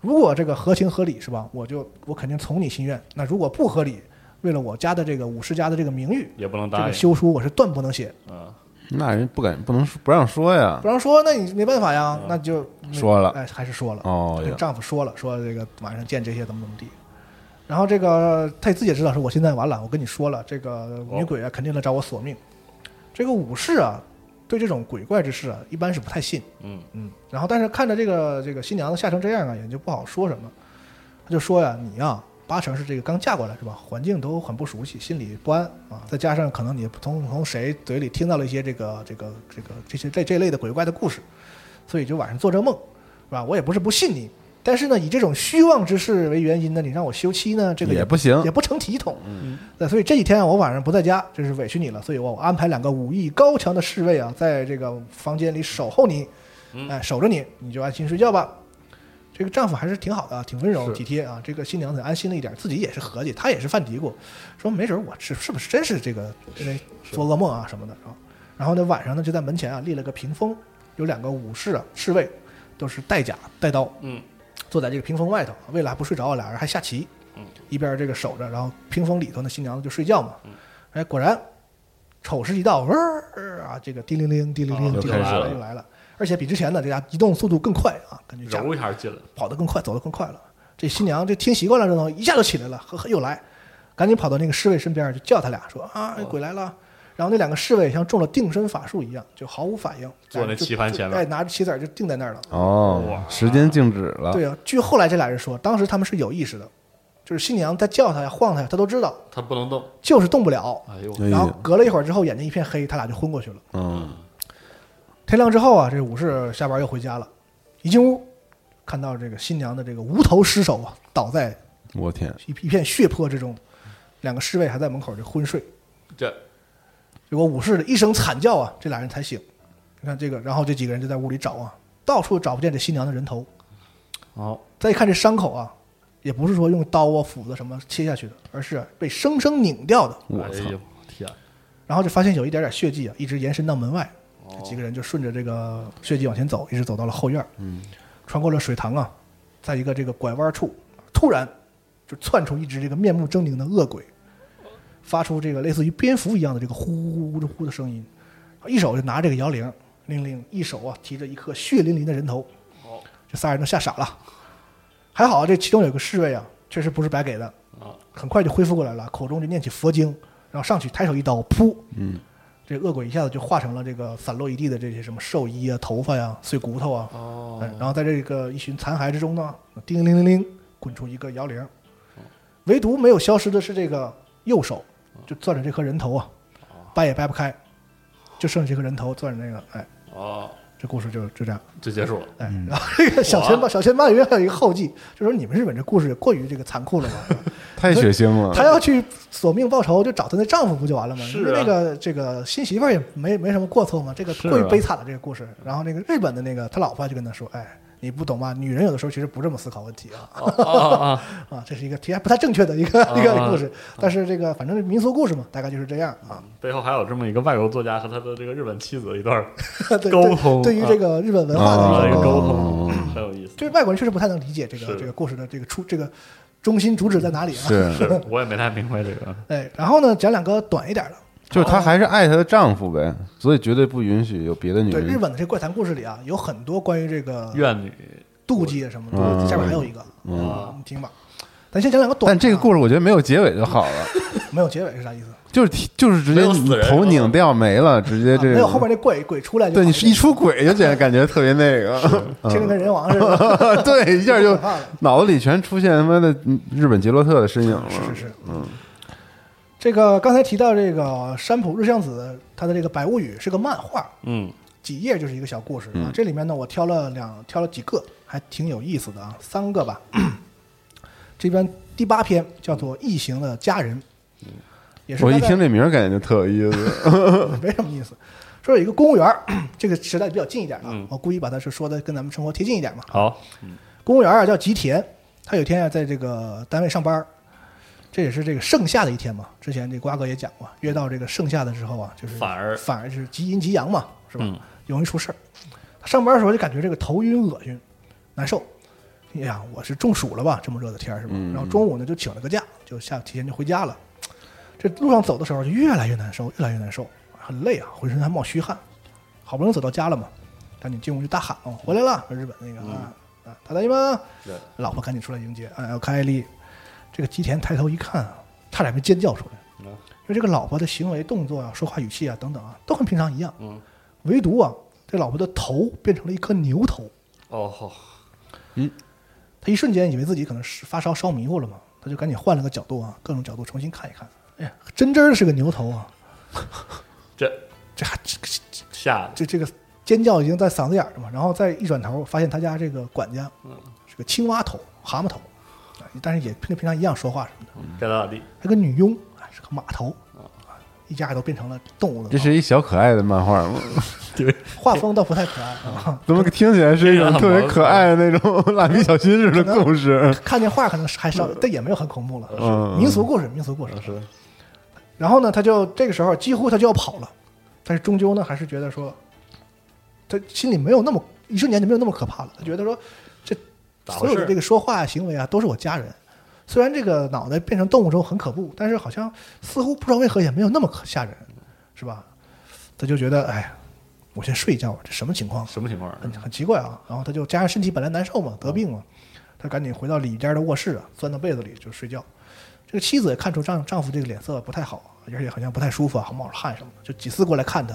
Speaker 4: 如果这个合情合理是吧？我就我肯定从你心愿。那如果不合理，为了我家的这个武士家的这个名誉，
Speaker 5: 也不能
Speaker 4: 这
Speaker 5: 答
Speaker 4: 个
Speaker 5: 应，
Speaker 4: 休书我是断不能写。
Speaker 5: 嗯，
Speaker 2: 那人不敢不能说不让说呀
Speaker 4: 不，让说，那你没办法呀，那就
Speaker 2: 嗯说了
Speaker 4: 哎，还是说了。
Speaker 2: 哦
Speaker 4: 跟
Speaker 2: 呀
Speaker 4: 丈夫说了，说这个晚上见这些怎么怎么地。然后这个他也自己也知道，说我现在完了，我跟你说了，这个女鬼啊肯定来找我索命。这个武士啊，对这种鬼怪之事啊，一般是不太信。
Speaker 5: 嗯
Speaker 4: 嗯，然后但是看着这个这个新娘子吓成这样啊，也就不好说什么。他就说呀，你呀、八成是这个刚嫁过来是吧？环境都很不熟悉，心里不安啊。再加上可能你从从谁嘴里听到了一些这个这个这个这些这这类的鬼怪的故事，所以就晚上做这个梦，是吧？我也不是不信你，但是呢，以这种虚妄之事为原因呢，你让我休妻呢，这个
Speaker 2: 也不行
Speaker 4: 也不成体统。那所以这几天啊我晚上不在家，真是委屈你了。所以我安排两个武艺高强的侍卫啊，在这个房间里守候你，哎，守着你，你就安心睡觉吧。这个丈夫还是挺好的啊，挺温柔体贴啊。这个新娘子安心了一点，自己也是合计，她也是犯嘀咕，说没准我是是不是真是这个呃做噩梦啊什么的。然后，然后呢晚上呢就在门前啊立了个屏风，有两个武士啊侍卫，都是带甲带刀，
Speaker 5: 嗯，
Speaker 4: 坐在这个屏风外头，啊为了还不睡着，俩人还下棋，
Speaker 5: 嗯，
Speaker 4: 一边这个守着，然后屏风里头呢新娘子就睡觉嘛，哎，果然丑时一到，嗡儿啊，这个叮铃铃叮铃铃
Speaker 5: 哦
Speaker 4: 就
Speaker 2: 又开始
Speaker 4: 来
Speaker 5: 了
Speaker 4: 又来了，而且比之前呢这家移动速度更快啊，感觉家
Speaker 5: 揉一下进来，
Speaker 4: 跑得更快，走得更快了。这新娘这听习惯了这东西，一下就起来了，呵呵，又来，赶紧跑到那个侍卫身边就叫他俩说啊，
Speaker 5: 哦
Speaker 4: 鬼来了。然后那两个侍卫像中了定身法术一样，就毫无反应，
Speaker 5: 坐那
Speaker 4: 就
Speaker 5: 棋盘前面
Speaker 4: 就哎，拿着棋子儿就定在那儿了。
Speaker 2: 哦，时间静止了，
Speaker 4: 对啊，据后来这俩人说，当时他们是有意识的，就是新娘在叫他呀、晃他呀，他都知道，
Speaker 5: 他不能动。
Speaker 4: 就是动不了。
Speaker 5: 哎呦，
Speaker 2: 哎
Speaker 4: 然后
Speaker 2: 呀
Speaker 4: 隔了一会儿之后，眼睛一片黑，他俩就昏过去了。
Speaker 2: 嗯，
Speaker 4: 天亮之后啊，这武士下班又回家了，一进屋，看到这个新娘的这个无头尸首啊，倒在
Speaker 2: 我天，
Speaker 4: 一一片血泊之中，两个侍卫还在门口就昏睡。
Speaker 5: 这
Speaker 4: 结果武士一声惨叫啊，这俩人才醒。你看这个，然后这几个人就在屋里找啊，到处找不见这新娘的人头。
Speaker 5: 哦，
Speaker 4: 再一看这伤口啊，也不是说用刀啊、斧子什么切下去的，而是啊被生生拧掉的。
Speaker 2: 我
Speaker 5: 哎
Speaker 2: 操，
Speaker 5: 呦，天，
Speaker 4: 然后就发现有一点点血迹啊，一直延伸到门外。这几个人就顺着这个血迹往前走，一直走到了后院。嗯，穿过了水塘啊，在一个这个拐弯处，突然就窜出一只这个面目狰狞的恶鬼，发出这个类似于蝙蝠一样的这个呼呼呼呼的声音，一手就拿这个摇铃，铃铃，一手啊提着一颗血淋淋的人头。
Speaker 5: 哦，
Speaker 4: 这仨人都吓傻了。还好这其中有个侍卫啊，确实不是白给的，
Speaker 5: 啊，
Speaker 4: 很快就恢复过来了，口中就念起佛经，然后上去抬手一刀，噗，嗯，这恶鬼一下子就化成了这个散落一地的这些什么寿衣啊、头发呀、碎骨头啊，
Speaker 5: 哦
Speaker 4: 嗯，然后在这个一群残骸之中呢，叮铃铃铃滚出一个摇铃，唯独没有消失的是这个右手，就攥着这颗人头啊，
Speaker 5: 哦
Speaker 4: 掰也掰不开，就剩这颗人头攥着那个，哎，
Speaker 5: 哦，
Speaker 4: 这故事就就这样。
Speaker 5: 就结束了。
Speaker 4: 哎，然后这个小千
Speaker 5: 哇
Speaker 4: 曼小千鳗鱼还有一个后记，就说你们日本这故事也过于这个残酷了吧？
Speaker 2: 太血腥了，
Speaker 4: 她要去索命报仇，就找她那丈夫不就完了吗？
Speaker 5: 啊是啊
Speaker 4: 因为那个这个新媳妇儿也没没什么过错嘛，这个
Speaker 5: 是啊
Speaker 4: 过于悲惨了这个故事。然后那个日本的那个他老婆就跟他说，哎。你不懂吧？女人有的时候其实不这么思考问题啊
Speaker 5: 啊啊啊！
Speaker 4: 啊！这是一个题还不太正确的一个一个故事，但是这个反正是民俗故事嘛，大概就是这样啊。
Speaker 5: 背后还有这么一个外国作家和他的这个日本妻子的一段儿
Speaker 4: 对对
Speaker 5: 沟通
Speaker 4: 对于
Speaker 5: 啊
Speaker 4: 这个日本文化的
Speaker 2: 啊
Speaker 5: 一
Speaker 4: 一
Speaker 5: 哦
Speaker 4: 种
Speaker 5: 个沟
Speaker 4: 沟通，
Speaker 5: 通，很有意思。
Speaker 4: 对外国人确实不太能理解这个
Speaker 5: 是
Speaker 4: 这个故事的这个出这个中心主旨在哪里啊？
Speaker 2: 是，
Speaker 5: 是我也没太明白这个。
Speaker 4: 哎，然后呢，讲两个短一点的。
Speaker 2: 就是她还是爱她的丈夫呗，所以绝对不允许有别的女
Speaker 4: 对日
Speaker 2: 人。
Speaker 4: 本的这怪谈故事里啊，有很多关于这个
Speaker 5: 怨女
Speaker 4: 妒忌啊什么
Speaker 2: 嗯
Speaker 4: 的。下面还有一个，啊
Speaker 5: 嗯
Speaker 4: 你听吧。咱先讲两个短的啊。
Speaker 2: 但这个故事我觉得没有结尾就好 了，
Speaker 4: 没有结尾是啥意思？
Speaker 2: 就是提就是直接
Speaker 5: 没有死人
Speaker 2: 头拧掉没了，直接
Speaker 4: 啊
Speaker 2: 这个
Speaker 4: 没有后面那鬼鬼出来就
Speaker 2: 对你
Speaker 4: 好像
Speaker 2: 一出轨就觉得感觉特别那个，
Speaker 4: 听着跟人王似 的。
Speaker 2: 对，一 下就
Speaker 4: 太可怕了
Speaker 2: 脑子里全出现他妈的日本杰洛特的身影了。
Speaker 4: 是是是，嗯。这个刚才提到这个山浦日向子，他的这个《百物语》是个漫画，
Speaker 5: 嗯，
Speaker 4: 几页就是一个小故事啊。这里面呢，我挑了两挑了几个，还挺有意思的啊，三个吧。 这边第八篇叫做《异形的家人》，也是
Speaker 2: 我一
Speaker 4: 大概
Speaker 2: 听这名儿感觉就特有意思。
Speaker 4: 没什么意思。说有一个公务员儿， 这个时代比较近一点啊，我故意把它是说的跟咱们生活贴近一点嘛。
Speaker 5: 好，
Speaker 4: 公务员啊叫吉田，他有一天啊在这个单位上班儿，这也是这个盛夏的一天嘛。之前这瓜哥也讲过，越到这个盛夏的时候啊，就是
Speaker 5: 反而
Speaker 4: 反而就是极阴极阳嘛，是吧？
Speaker 5: 嗯
Speaker 4: 容易出事儿。他上班的时候就感觉这个头晕恶心，难受。哎呀，我是中暑了吧？这么热的天儿是吧？
Speaker 5: 嗯
Speaker 4: 然后中午呢就请了个假，就下提前就回家了。这路上走的时候就越来越难受，越来越难受，很累啊，浑身还冒虚汗。好不容易走到家了嘛，赶紧进屋就大喊哦，回来了！日本那个啊啊，大大姨妈，
Speaker 5: 嗯对
Speaker 4: 老婆赶紧出来迎接，哎，凯莉。这个吉田抬头一看啊，差点没
Speaker 5: 嗯
Speaker 4: 尖叫出来，因为这个老婆的行为、动作啊、说话语气啊等等啊，都跟平常一样。
Speaker 5: 嗯，
Speaker 4: 唯独啊，这老婆的头变成了一颗牛头，
Speaker 5: 哦吼，
Speaker 4: 他一瞬间以为自己可能是发烧烧迷糊了嘛，他就赶紧换了个角度啊，各种角度重新看一看，哎呀，真真儿是个牛头啊，
Speaker 5: 这
Speaker 4: 这还这这
Speaker 5: 吓的，
Speaker 4: 这这个尖叫已经在嗓子眼儿了嘛，然后再一转头，发现他家这个管家是个青蛙头、蛤蟆头，啊但是也跟平常一样说话什么的，
Speaker 5: 该咋咋地。
Speaker 4: 还有个女佣啊是个马头，啊一家都变成了动物的啊
Speaker 2: 这是一小可爱的漫画吗？
Speaker 4: 画风倒不太可爱啊，
Speaker 2: 怎么听起来是一种特别可爱的那种 蜡笔小新似的故事？
Speaker 4: 看见画可能还稍，但也没有很恐怖了，
Speaker 2: 嗯
Speaker 4: 民俗故事，民俗故事。然后呢，他就这个时候几乎他就要跑了，但是终究呢，还是觉得说，他心里没有那么一瞬间就没有那么可怕了。他觉得说，这
Speaker 5: 咋回
Speaker 4: 所
Speaker 5: 事
Speaker 4: 有的这个说话呀、行为啊，都是我家人。虽然这个脑袋变成动物之后很可怖，但是好像似乎不知道为何也没有那么可吓人，是吧？他就觉得，哎呀，我先睡一觉吧，这什么情况？
Speaker 5: 什么情况？
Speaker 4: 很很奇怪啊。然后他就加上身体本来难受嘛，得病嘛，他赶紧回到李家的卧室啊，钻到被子里就睡觉。这个妻子也看出丈丈夫这个脸色不太好，而且好像不太舒服啊，冒着汗什么的，就几次过来看他。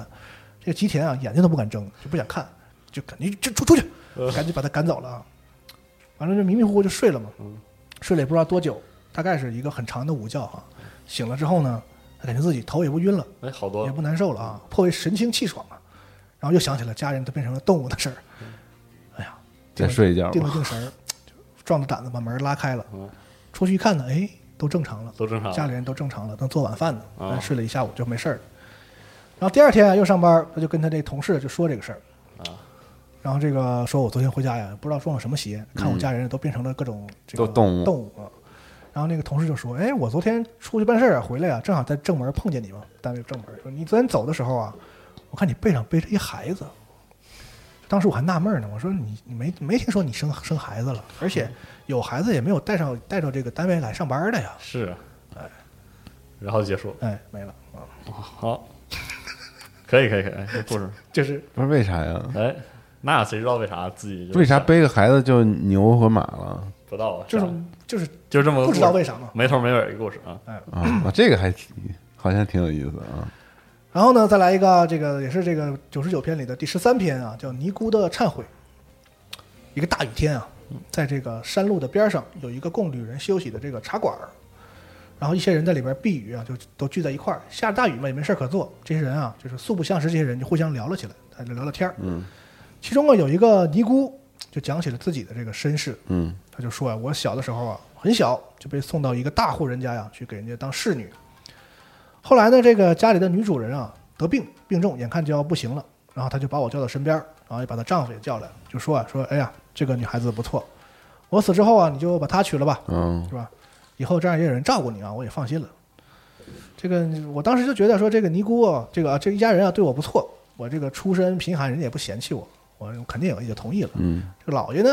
Speaker 4: 这个吉田啊，眼睛都不敢睁，就不想看，就赶紧就出出去，赶紧把他赶走了啊。完了就迷迷糊糊就睡了嘛，睡了也不知道多久，大概是一个很长的午觉啊。醒了之后呢，他感觉自己头也不晕了，
Speaker 5: 哎，好多
Speaker 4: 也不难受了啊，颇为神清气爽啊。然后又想起了家人都变成了动物的事儿，哎呀，
Speaker 2: 再睡一觉
Speaker 4: 定了
Speaker 2: 吧。
Speaker 4: 定神儿，就壮着胆子把门拉开了，出去一看呢，哎，都正常了，
Speaker 5: 嗯都正常了
Speaker 4: 家里人都正常了，正做晚饭呢，
Speaker 5: 哦
Speaker 4: 但睡了一下午就没事儿了。然后第二天啊，又上班儿，他就跟他这同事就说这个事儿，然后这个说我昨天回家呀，不知道撞了什么邪，看我家人都变成了各种这个
Speaker 2: 嗯都动物
Speaker 4: 动物啊。然后那个同事就说：“哎，我昨天出去办事儿啊，回来啊，正好在正门碰见你嘛，单位正门说你昨天走的时候啊，我看你背上背着一孩子。”当时我还纳闷呢，我说你你没没听说你生生孩子了，而且有孩子也没有带上带到这个单位来上班的呀。
Speaker 5: 是，哎，然后就结束了。
Speaker 4: 哎，没了啊，
Speaker 5: 好，可以可以可以，哎这故 事，
Speaker 4: 就是
Speaker 2: 不是为啥呀？
Speaker 5: 哎，那谁知道为啥自己就
Speaker 2: 为啥
Speaker 5: 想
Speaker 2: 背个孩子就牛和马了
Speaker 5: 不到啊？
Speaker 4: 就是
Speaker 5: 吧
Speaker 4: 就是
Speaker 5: 就这么个
Speaker 4: 不知道
Speaker 5: 故事
Speaker 4: 为啥嘛。
Speaker 5: 没头没尾一个故事啊。
Speaker 2: 啊？啊这个还挺好像挺有意思啊。
Speaker 4: 然后呢，再来一个，这个也是这个九十九篇里的第十三篇啊，叫《尼姑的忏悔》。一个大雨天啊，在这个山路的边上有一个供旅人休息的这个茶馆儿，然后一些人在里边避雨啊，就都聚在一块儿。下着大雨嘛，也没事儿可做，这些人啊，就是素不相识，这些人就互相聊了起来，在这聊聊天儿。嗯，其中啊有一个尼姑就讲起了自己的这个身世，
Speaker 2: 嗯，
Speaker 4: 他就说啊，我小的时候啊，很小就被送到一个大户人家呀、去给人家当侍女。后来呢，这个家里的女主人啊得病病重，眼看就要不行了，然后她就把我叫到身边儿，然后也把她丈夫也叫来，就说啊说，哎呀，这个女孩子不错，我死之后啊，你就把她娶了吧，
Speaker 2: 嗯
Speaker 4: 是吧？以后这样也有人照顾你啊，我也放心了。这个我当时就觉得说，这个尼姑啊，这个啊这一家人啊对我不错，我这个出身贫寒，人家也不嫌弃我，我肯定也就同意了。
Speaker 2: 嗯
Speaker 4: 这个老爷呢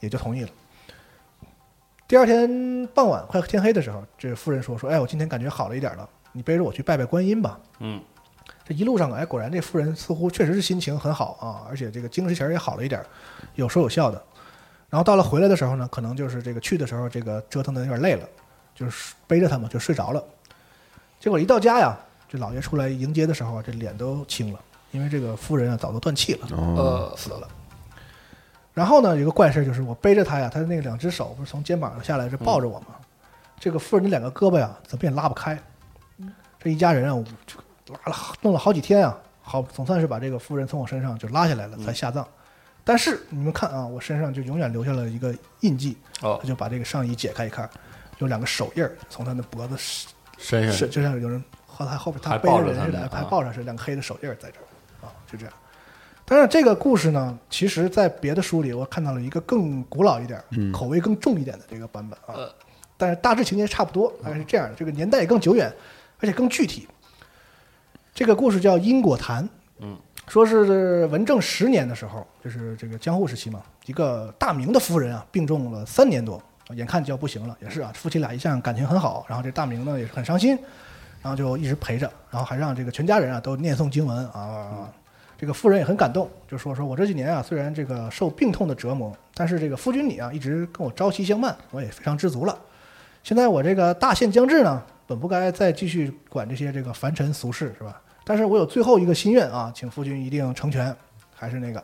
Speaker 4: 也就同意了。第二天傍晚快天黑的时候，这夫人说说，哎，我今天感觉好了一点了，你背着我去拜拜观音吧。
Speaker 5: 嗯，
Speaker 4: 这一路上，哎，果然这夫人似乎确实是心情很好啊，而且这个精神神儿也好了一点儿，有说有笑的。然后到了回来的时候呢，可能就是这个去的时候，这个折腾的有点累了，就是背着他嘛就睡着了。结果一到家呀，这老爷出来迎接的时候啊，这脸都青了，因为这个夫人啊早都断气了，呃，死了。然后呢，有一个怪事儿就是我背着他呀，他的那两只手不是从肩膀上下来，这抱着我嘛。这个夫人的两个胳膊呀，怎么也拉不开。这一家人啊，我就拉了弄了好几天啊，好总算是把这个夫人从我身上就拉下来了，才下葬。但是你们看啊，我身上就永远留下了一个印记。
Speaker 5: 哦
Speaker 4: 他就把这个上衣解开一看，有两个手印儿从他的脖子
Speaker 5: 身
Speaker 4: 是，就像有人和他后边他
Speaker 5: 还
Speaker 4: 背着
Speaker 5: 抱着
Speaker 4: 人
Speaker 5: 他
Speaker 4: 似
Speaker 5: 们
Speaker 4: 的，还
Speaker 5: 啊
Speaker 4: 抱着是两个黑的手印儿在这儿啊，就这样。但是这个故事呢，其实在别的书里我看到了一个更古老一点儿、
Speaker 5: 嗯
Speaker 4: 口味更重一点的这个版本啊，但是大致情节差不多，大概是这样的，这个年代也更久远，而且更具体。这个故事叫《因果谈》，嗯，说是文正十年的时候，就是这个江户时期嘛，一个大明的夫人啊，病重了三年多，眼看就要不行了，也是啊，夫妻俩一向感情很好，然后这大明呢也是很伤心，然后就一直陪着，然后还让这个全家人啊都念诵经文啊啊。啊这个夫人也很感动，就说：“说我这几年啊，虽然这个受病痛的折磨，但是这个夫君你啊，一直跟我朝夕相伴，我也非常知足了。现在我这个大限将至呢，本不该再继续管这些这个凡尘俗事，是吧？但是我有最后一个心愿啊，请夫君一定成全。还是那个，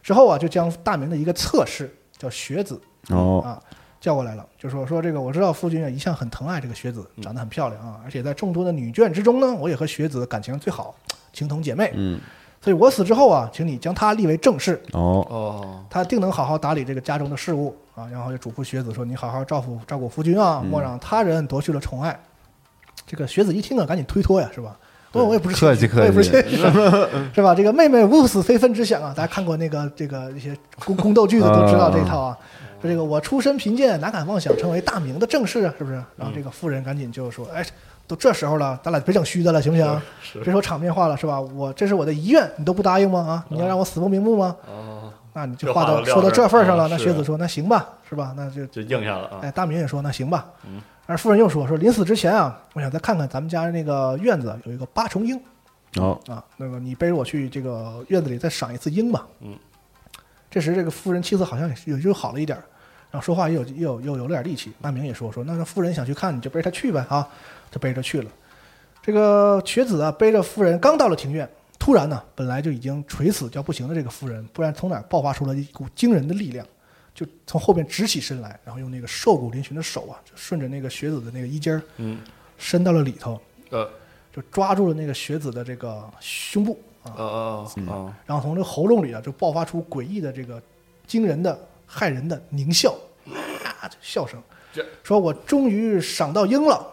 Speaker 4: 之后啊，就将大明的一个侧室叫学子
Speaker 2: 哦，
Speaker 4: 啊叫过来了，就说说这个我知道夫君啊一向很疼爱这个学子，
Speaker 2: 嗯
Speaker 4: 长得很漂亮啊，而且在众多的女眷之中呢，我也和学子感情最好，情同姐妹。
Speaker 2: 嗯，
Speaker 4: 所以我死之后啊，请你将她立为正室，
Speaker 2: 哦，
Speaker 5: 哦，
Speaker 4: 他定能好好打理这个家中的事务啊。然后就嘱咐学子说：“你好好照顾照顾夫君啊，莫让他人夺去了宠爱。”这个学子一听啊，赶紧推脱呀，是吧？我我也不是
Speaker 2: 客气
Speaker 4: 我也不是
Speaker 2: 客
Speaker 4: 亲生是吧？ 这个妹妹无死非分之想啊，大家看过那个这个一些宫宫斗剧的都知道这一套啊。说这个我出身贫贱，哪敢妄想成为大明的正室啊？是不是？然后这个妇人赶紧就说：“哎，都这时候了，咱俩别整虚的了，行不行？别说场面话了，是吧？我这是我的遗愿，你都不答应吗？啊，你要让我死不瞑目吗？
Speaker 5: 哦，
Speaker 4: 那你就
Speaker 5: 这
Speaker 4: 话
Speaker 5: 话
Speaker 4: 到
Speaker 5: 到料
Speaker 4: 说到
Speaker 5: 这
Speaker 4: 这
Speaker 5: 儿
Speaker 4: 份儿上
Speaker 5: 啊
Speaker 4: 了，那
Speaker 5: 是
Speaker 4: 学子说那行吧，是吧？那就
Speaker 5: 就硬下了啊，嗯
Speaker 4: 哎，大明也说那行吧。而夫人又说说临死之前啊，我想再看看咱们家那个院子有一个八重樱
Speaker 2: 哦，
Speaker 4: 啊，那个你背着我去这个院子里再赏一次樱吧。
Speaker 5: 嗯，
Speaker 4: 这时这个夫人气色好像也是有又好了一点儿，然后说话又有又有又有了点力气。大明也说说那那夫人想去看你就背着她去呗啊，就背着去了。这个瘸子啊，背着夫人刚到了庭院，突然呢，本来就已经垂死叫不行的这个夫人，不然从哪儿爆发出了一股惊人的力量，就从后边直起身来，然后用那个瘦骨嶙峋的手啊，就顺着那个瘸子的那个衣襟儿，
Speaker 5: 嗯，
Speaker 4: 伸到了里头，
Speaker 5: 呃，
Speaker 4: 就抓住了那个瘸子的这个胸部啊，
Speaker 5: 哦哦哦，
Speaker 4: 然后从这个喉咙里啊，就爆发出诡异的这个惊人的、骇人的狞笑，啊，这笑声
Speaker 5: 这，嗯
Speaker 4: 说我终于赏到鹰了。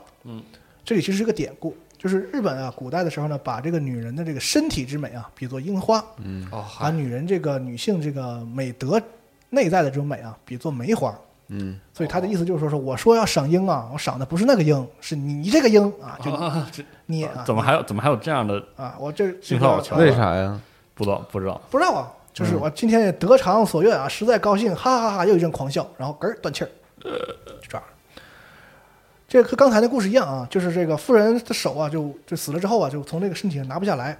Speaker 4: 这里其实是个典故，就是日本啊，古代的时候呢，把这个女人的这个身体之美啊，比作樱花，
Speaker 5: 嗯哦，
Speaker 4: 把
Speaker 5: 还
Speaker 4: 女人这个女性这个美德内在的这种美啊，比作梅花。嗯，所以他的意思就是说，说我说要赏樱啊，我赏的不是那个樱，是你这个樱啊，就
Speaker 5: 啊，这
Speaker 4: 你啊，
Speaker 5: 怎么还有怎么还有这样的？
Speaker 4: 啊，我这呃
Speaker 5: 信号全
Speaker 2: 为啥嗯呀？
Speaker 5: 不知道不知道，
Speaker 4: 不知道啊，就是我今天也得偿所愿啊，实在高兴，哈哈哈又一阵狂笑，然后嗝儿断气儿，就这样。这个和刚才那故事一样啊，就是这个妇人的手啊，就就死了之后啊，就从这个身体上拿不下来，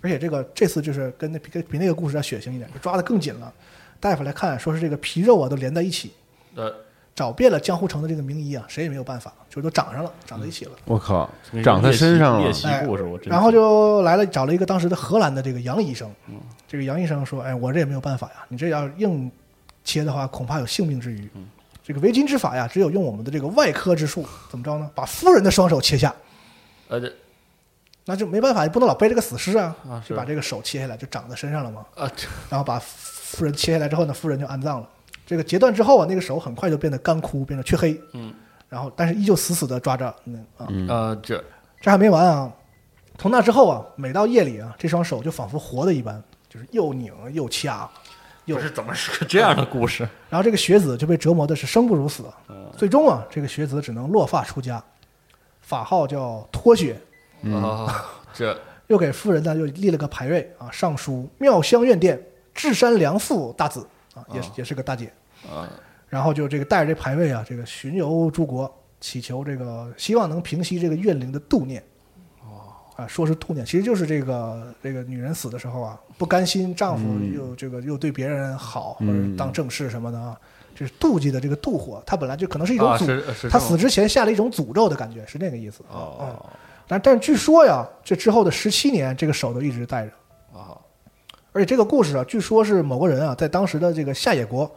Speaker 4: 而且这个这次就是跟那比跟比那个故事要血腥一点，就抓得更紧了。大夫来看，说是这个皮肉啊都连在一起，
Speaker 5: 呃，
Speaker 4: 找遍了江户城的这个名医啊，谁也没有办法，就都长上了，长在一起了。
Speaker 2: 我靠
Speaker 5: 那，个
Speaker 2: 长他
Speaker 5: 猎奇
Speaker 2: 身上了
Speaker 5: 猎，奇故事我真
Speaker 4: 哎然后就来了，找了一个当时的荷兰的这个杨医生。这个杨医生说：“哎，我这也没有办法呀，你这要硬切的话，恐怕有性命之余。
Speaker 5: 嗯
Speaker 4: 这个为今之法呀，只有用我们的这个外科之术，怎么着呢？把夫人的双手切下，
Speaker 5: 呃这
Speaker 4: 那就没办法，也不能老背这个死尸啊，
Speaker 5: 啊是
Speaker 4: 就把这个手切下来，就长在身上了嘛。
Speaker 5: 啊这
Speaker 4: 然后把夫人切下来之后呢，夫人就安葬了。这个截断之后啊，那个手很快就变得干枯，变得黢黑。
Speaker 5: 嗯，
Speaker 4: 然后但是依旧死死的抓着，嗯啊，
Speaker 5: 呃这
Speaker 4: 这还没完啊！从那之后啊，每到夜里啊，这双手就仿佛活的一般，就是又拧又掐，又……
Speaker 5: 这是怎么是个这样的故事？
Speaker 4: 然后这个学子就被折磨的是生不如死。最终啊，这个学子只能落发出家，法号叫脱雪，
Speaker 5: 啊这
Speaker 4: 又给夫人呢又立了个牌位啊，上书妙香院殿智山良妇大子啊，也是也是个大姐。
Speaker 5: 啊
Speaker 4: 然后就这个带着这牌位啊，这个巡游诸国，祈求这个希望能平息这个怨灵的妒念。哦，啊，说是妒念，其实就是这个这个女人死的时候啊，不甘心丈夫
Speaker 5: 嗯
Speaker 4: 又这个又对别人好或者当正室什么的啊，这是妒忌的这个妒火，它本来就可能是一种
Speaker 5: 啊
Speaker 4: 诅，
Speaker 5: 是是
Speaker 4: 她
Speaker 5: 这么
Speaker 4: 死之前下了一种诅咒的感觉，是那个意思。嗯，
Speaker 5: 哦
Speaker 4: 但但是据说呀，这之后的十七年，这个手都一直戴着。
Speaker 5: 哦
Speaker 4: 而且这个故事啊，据说是某个人啊，在当时的这个下野国，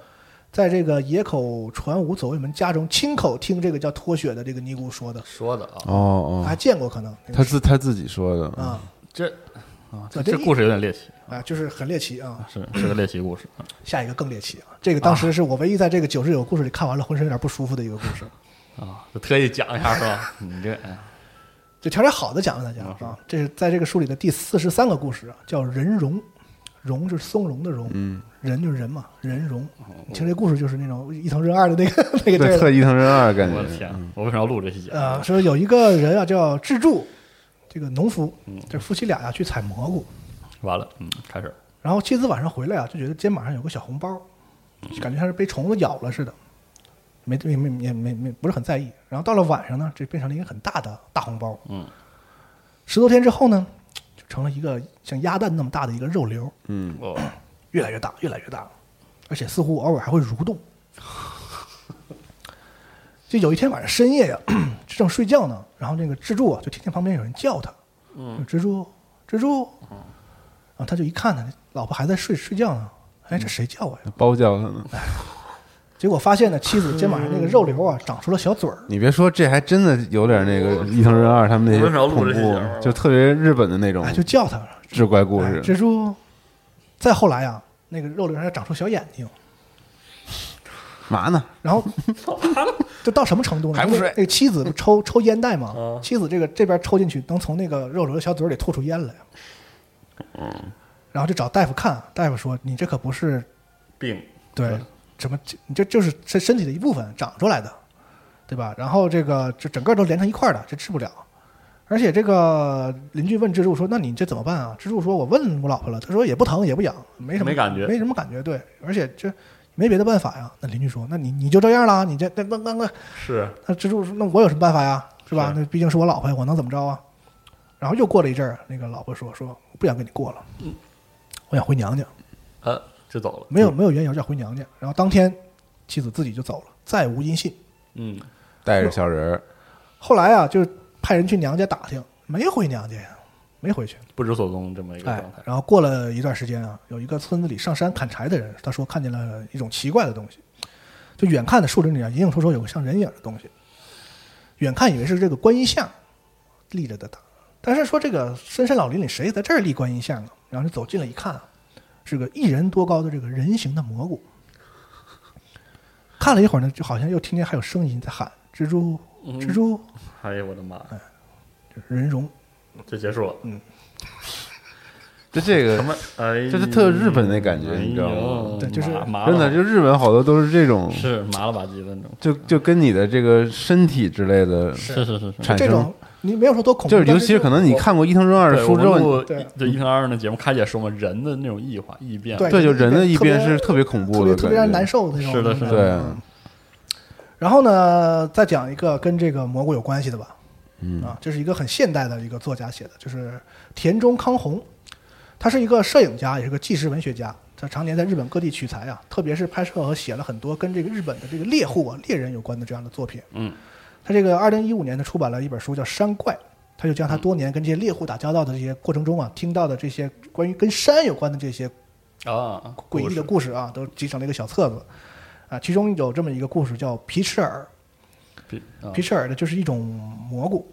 Speaker 4: 在这个野口传武左卫门家中亲口听这个叫脱雪的这个尼姑说的，
Speaker 5: 说的啊
Speaker 2: 哦哦
Speaker 4: 还，见过可能那
Speaker 2: 他
Speaker 4: 个
Speaker 2: 自他自己说的，
Speaker 4: 哎啊
Speaker 5: 这啊
Speaker 4: 啊
Speaker 5: 这
Speaker 4: 这
Speaker 5: 这故事有点猎奇，
Speaker 4: 啊，就是很猎奇啊。
Speaker 5: 是是个猎奇故事啊
Speaker 4: 下一个更猎奇啊，这个当时是我唯一在这个九十九故事里看完了浑身有点不舒服的一个故 事。
Speaker 5: 啊，就特意讲一下是 吧？你这哎
Speaker 4: 就挑点好的讲给大家啊。这是在这个书里的第四十三个故事啊，叫人荣，荣就是松茸的荣，
Speaker 2: 嗯
Speaker 4: 人就是人嘛，人荣。你听这故事就是那种伊藤润二的那 个那个劲
Speaker 2: 哦对，
Speaker 4: 儿
Speaker 2: 特伊藤润二感
Speaker 5: 我的
Speaker 2: 觉，
Speaker 5: 天，我为什么要录这期节目？
Speaker 4: 呃，说有一个人啊叫智助，这个农夫，这夫妻俩呀、去采蘑菇，
Speaker 5: 完了，嗯，开始
Speaker 4: 然后妻子晚上回来啊，就觉得肩膀上有个小红包，就感觉像是被虫子咬了似的，没没没没没没不是很在意。然后到了晚上呢，这变成了一个很大的大红包。
Speaker 5: 嗯，
Speaker 4: 十多天之后呢，就成了一个像鸭蛋那么大的一个肉瘤，
Speaker 2: 嗯，
Speaker 5: 哦，
Speaker 4: 越来越大，越来越大，而且似乎偶尔还会蠕动。 就有一天晚上深 夜呀、正睡觉呢，然后那个蜘蛛啊，就听见旁边有人叫他，嗯，蜘蛛，蜘蛛，然后他就一看呢，老婆还在睡睡觉呢，哎，这谁叫我呀？
Speaker 2: 包教他呢。
Speaker 4: 结果发现呢，妻子肩膀上那个肉瘤啊，长出了小嘴儿。
Speaker 2: 你别说，这还真的有点那个《伊藤润二》他们那
Speaker 5: 我
Speaker 2: 些
Speaker 5: 们少录
Speaker 2: 恐
Speaker 5: 这些小玩意
Speaker 2: 怖，
Speaker 5: 儿
Speaker 2: 就特别日本的那种
Speaker 4: 哎，就叫他了。
Speaker 2: 志怪故
Speaker 4: 哎
Speaker 2: 事。
Speaker 4: 蜘蛛，再后来啊，那个肉瘤还长出小眼睛，
Speaker 2: 嘛呢？
Speaker 4: 然 后就到什么程度呢？
Speaker 2: 还不睡
Speaker 4: 那那个妻子不抽抽烟袋吗？
Speaker 5: 啊
Speaker 4: 妻子这个这边抽进去，能从那个肉瘤的小嘴里吐出烟来。
Speaker 2: 嗯
Speaker 4: 然后就找大夫看，大夫说你这可不是
Speaker 5: 病，
Speaker 4: 对什么，这你这就是身身体的一部分长出来的，对吧？然后这个这整个都连成一块儿的，这治不了。而且这个邻居问蜘蛛说：“那你这怎么办啊？”蜘蛛说：“我问我老婆了，她说也不疼也不痒，没什么
Speaker 5: 没感觉
Speaker 4: 没什么感觉。对，而且这没别的办法呀。”那邻居说：“那你你就这样啦，你这那那那那
Speaker 5: 是
Speaker 4: 那蜘蛛说：“那我有什么办法呀？是吧？
Speaker 5: 是
Speaker 4: 那毕竟是我老婆呀，我能怎么着啊？”然后又过了一阵儿，那个老婆说：“说我不想跟你过了，
Speaker 5: 嗯
Speaker 4: 我想回娘家。
Speaker 5: 呃，就走了，
Speaker 4: 没有没有缘由，要回娘家。然后当天，妻子自己就走了，再无音信。
Speaker 5: 嗯，
Speaker 2: 带着小人儿，
Speaker 4: 后来啊，就是派人去娘家打听，没回娘家呀，没回去。
Speaker 5: 不知所踪这么一个
Speaker 4: 哎
Speaker 5: 状态，，
Speaker 4: 然后过了一段时间啊，有一个村子里上山砍柴的人，他说看见了一种奇怪的东西，就远看的树林里啊，隐隐绰绰有个像人影的东西，远看以为是这个观音像立着的他，但是说这个深山老林里谁在这儿立观音像啊？然后就走近了一看啊，是个一人多高的这个人形的蘑菇。看了一会儿呢，就好像又听见还有声音在喊“蜘蛛，蜘蛛
Speaker 5: 哎呀，我的妈呀，”，
Speaker 4: 人容
Speaker 5: 就结束了，
Speaker 4: 嗯
Speaker 2: 就这
Speaker 5: 什
Speaker 2: 个
Speaker 5: 么，哎，
Speaker 2: 就是特日本那感觉你知道吗
Speaker 5: 哎呦
Speaker 4: 对就是
Speaker 5: 麻麻了
Speaker 2: 真的，就日本好多都是这种，
Speaker 5: 是麻了吧唧的那种，
Speaker 2: 就就跟你的这个身体之类的
Speaker 5: 是是是是。
Speaker 2: 产
Speaker 4: 这
Speaker 2: 生
Speaker 4: 种，你没有说多恐怖，
Speaker 2: 就是
Speaker 4: 但
Speaker 2: 尤其是可能你看过伊藤润二的
Speaker 5: 对，我
Speaker 2: 书之
Speaker 5: 们
Speaker 2: 后，
Speaker 5: 录
Speaker 4: 对
Speaker 5: 就一平二二那节目开始说嘛，人的那种异化异变，
Speaker 4: 对
Speaker 2: 对，就人的一
Speaker 4: 特别
Speaker 2: 边是特别恐
Speaker 4: 特
Speaker 2: 怖
Speaker 4: 别
Speaker 2: 的，
Speaker 4: 特别让人难。受的那种。
Speaker 5: 是的是的
Speaker 2: 对
Speaker 4: 嗯然后呢，再讲一个跟这个蘑菇有关系的吧。嗯啊，这是一个很现代的一个作家写的，就是田中康弘，他是一个摄影家，也是个纪实文学家。他常年在日本各地取材啊，特别是拍摄和写了很多跟这个日本的这个猎户啊、猎人有关的这样的作品。
Speaker 5: 嗯，
Speaker 4: 他这个二零一五年呢出版了一本书叫《山怪》，他就将他多年跟这些猎户打交道的这些过程中啊，听到的这些关于跟山有关的这些
Speaker 5: 啊，
Speaker 4: 诡异的故事啊，都集成了一个小册子。啊，其中有这么一个故事叫皮赤耳，
Speaker 5: 比啊
Speaker 4: 皮赤耳呢就是一种蘑菇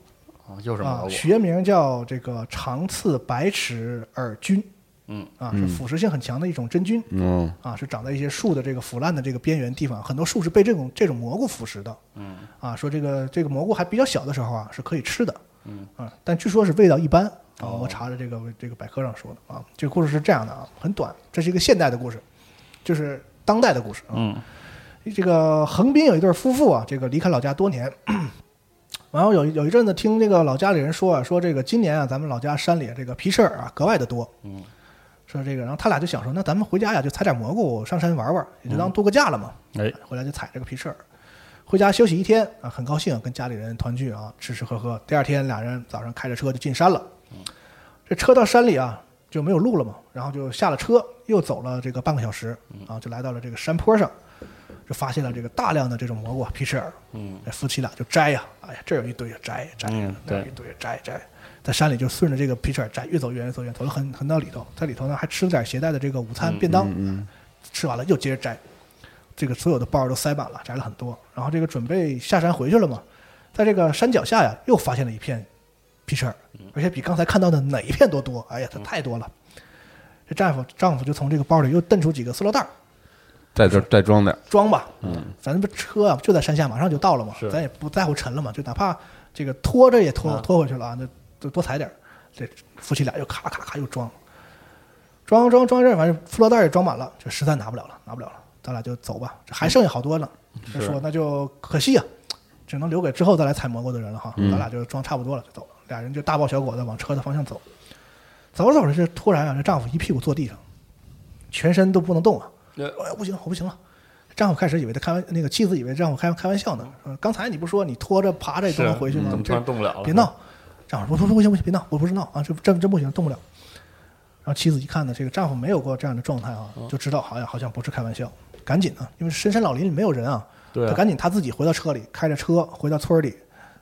Speaker 5: 啊又是麻
Speaker 4: 啊
Speaker 5: 了，
Speaker 4: 学名叫这个长刺白齿耳菌，
Speaker 5: 嗯
Speaker 4: 啊，是腐蚀性很强的一种真菌
Speaker 2: 嗯，
Speaker 4: 啊，是长在一些树的这个腐烂的这个边缘地方，很多树是被这种这种蘑菇腐蚀的，嗯，啊，说这个这个蘑菇还比较小的时候啊是可以吃的，嗯啊，但据说是味道一般啊，我查了这个这个百科上说的啊，这个故事是这样的啊，很短，这是一个现代的故事，就是当代的故事啊，
Speaker 5: 嗯
Speaker 4: 这个横滨有一对夫妇啊，这个离开老家多年， 然后有一有一阵子听这个老家里人说啊，说这个今年啊，咱们老家山里这个皮翅耳啊格外的多，嗯，说这个，然后他俩就想说，那咱们回家呀就采点蘑菇上山玩玩，也就当度个假了嘛，
Speaker 5: 哎
Speaker 4: 回来就采这个皮翅耳，回家休息一天啊，很高兴、跟家里人团聚啊，吃吃喝喝。第二天俩人早上开着车就进山了，这车到山里啊就没有路了嘛，然后就下了车，又走了这个半个小时啊，就来到了这个山坡上。就发现了这个大量的这种蘑菇啊皮翅耳。嗯，夫妻俩就摘呀、哎呀，这儿有一堆呀，摘呀摘呀
Speaker 5: 嗯，
Speaker 4: 那儿有
Speaker 5: 对
Speaker 4: 一堆呀摘呀摘呀，在山里就顺着这个皮翅耳摘，越走越远，越走越远，走了很很到里头，在里头呢还吃了点携带的这个午餐便当，吃完了又接着摘，这个所有的包都塞满了，摘了很多，然后这个准备下山回去了嘛，在这个山脚下呀又发现了一片皮翅耳，而且比刚才看到的哪一片都多，哎呀，它太多了。这丈夫丈夫就从这个包里又蹬出几个塑料袋儿，
Speaker 2: 再再再装点儿，
Speaker 4: 装吧，嗯，咱这车啊就在山下，马上就到了嘛
Speaker 5: 是，
Speaker 4: 咱也不在乎沉了嘛，就哪怕这个拖着也拖、拖回去了啊，那就多踩点儿这夫妻俩又咔咔咔又装，装装装这反正塑料袋儿也装满了，这实在拿不了了，拿不了了，咱俩就走吧，这还剩下好多呢。
Speaker 5: 嗯
Speaker 4: 他说那就可惜呀、只能留给之后再来采蘑菇的人了哈。
Speaker 5: 嗯
Speaker 4: 咱俩就装差不多了，就走了。俩人就大包小裹的往车的方向走，走着走着，这突然啊，这丈夫一屁股坐地上，全身都不能动啊。
Speaker 5: 呃
Speaker 4: 哎，不行，我不行了。丈夫开始以为他开玩，那个妻子以为丈夫开开玩笑呢，说刚才你不说你拖着爬着也都能
Speaker 5: 是
Speaker 4: 回去吗？
Speaker 5: 嗯怎么
Speaker 4: 这
Speaker 5: 突然动不了了
Speaker 4: 别闹！丈夫说不不不行不行，别闹，我不是闹啊，这这真不行，动不了。然后妻子一看呢，这个丈夫没有过这样的状态啊，
Speaker 5: 嗯
Speaker 4: 就知道好像好像不是开玩笑，赶紧啊，因为深山老林里没有人啊，
Speaker 5: 对啊
Speaker 4: 他赶紧他自己回到车里，开着车回到村儿里，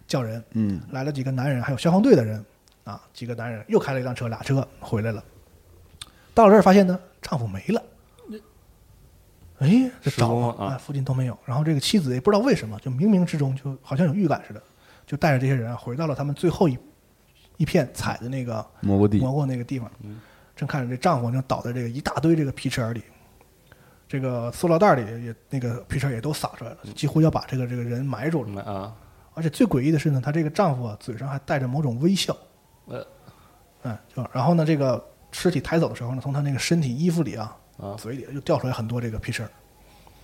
Speaker 4: 叫人，嗯，来了几个男人，还有消防队的人，啊，几个男人又开了一辆车，俩车回来了。到了这儿发现呢，丈夫没了。哎，这
Speaker 5: 失踪
Speaker 4: 找
Speaker 5: 了啊
Speaker 4: 啊，附近都没有。然后这个妻子也不知道为什么，就冥冥之中就好像有预感似的，就带着这些人啊回到了他们最后一一片踩的那个
Speaker 2: 蘑菇地
Speaker 4: 蘑菇那个地方。正看着这丈夫正倒在这个一大堆这个皮车里，这个塑料袋里也那个皮车也都撒出来了，几乎要把这个这个人埋住了。
Speaker 5: 嗯啊，
Speaker 4: 而且最诡异的是呢，她这个丈夫啊嘴上还带着某种微笑，
Speaker 5: 呃，
Speaker 4: 嗯，就然后呢，这个尸体抬走的时候呢，从她那个身体衣服里啊，
Speaker 5: 啊
Speaker 4: 嘴里又掉出来很多这个皮筋儿，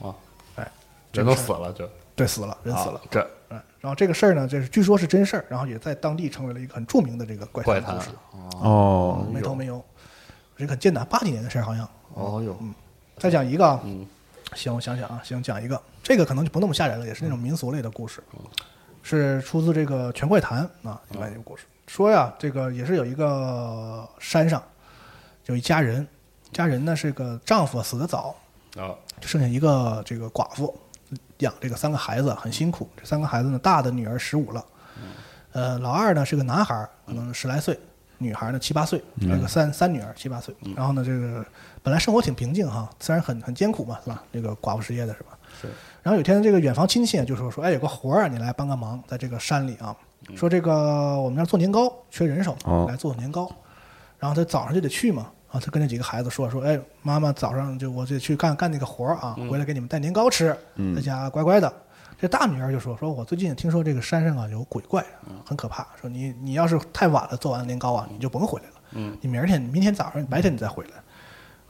Speaker 5: 啊，
Speaker 4: 哎，
Speaker 5: 人都死了，这
Speaker 4: 对，死了，人死了
Speaker 5: 啊，这
Speaker 4: 嗯，然后这个事儿呢，这是据说是真事儿，然后也在当地成为了一个很著名的这个怪
Speaker 5: 怪谈啊
Speaker 4: 谈故事，，
Speaker 2: 哦，
Speaker 4: 没头没有，这个很艰难，八几年的事儿好像。嗯
Speaker 5: 哦哟，
Speaker 4: 再讲一个啊，行，我想想啊，行，讲一个，这个可能就不那么吓人了，也是那种民俗类的故事，是出自这个《全怪谈》啊，另外一个故事，说呀，这个也是有一个山上有一家人，家人呢是个丈夫死得早，
Speaker 5: 啊
Speaker 4: 就剩下一个这个寡妇养这个三个孩子很辛苦，这三个孩子呢，大的女儿十五了，呃，老二呢是个男孩儿，可能十来岁，女孩呢七八岁，这个三三女儿七八岁。然后呢，这个本来生活挺平静哈，虽然很很艰苦嘛，是吧？这个寡妇失业的是吧？
Speaker 5: 是。
Speaker 4: 然后有一天，这个远房亲戚就说说，哎，有个活儿啊，你来帮个忙，在这个山里啊，说这个我们这儿做年糕，缺人手，
Speaker 2: 哦
Speaker 4: 来做年糕。然后他早上就得去嘛，啊，他跟这几个孩子说说，哎，妈妈早上就我得去干干那个活儿啊，回来给你们带年糕吃，在家乖乖的。这大女儿就说说，我最近听说这个山上啊有鬼怪，很可怕。说你你要是太晚了做完年糕啊，你就甭回来了。你明儿天明天早上白天你再回来。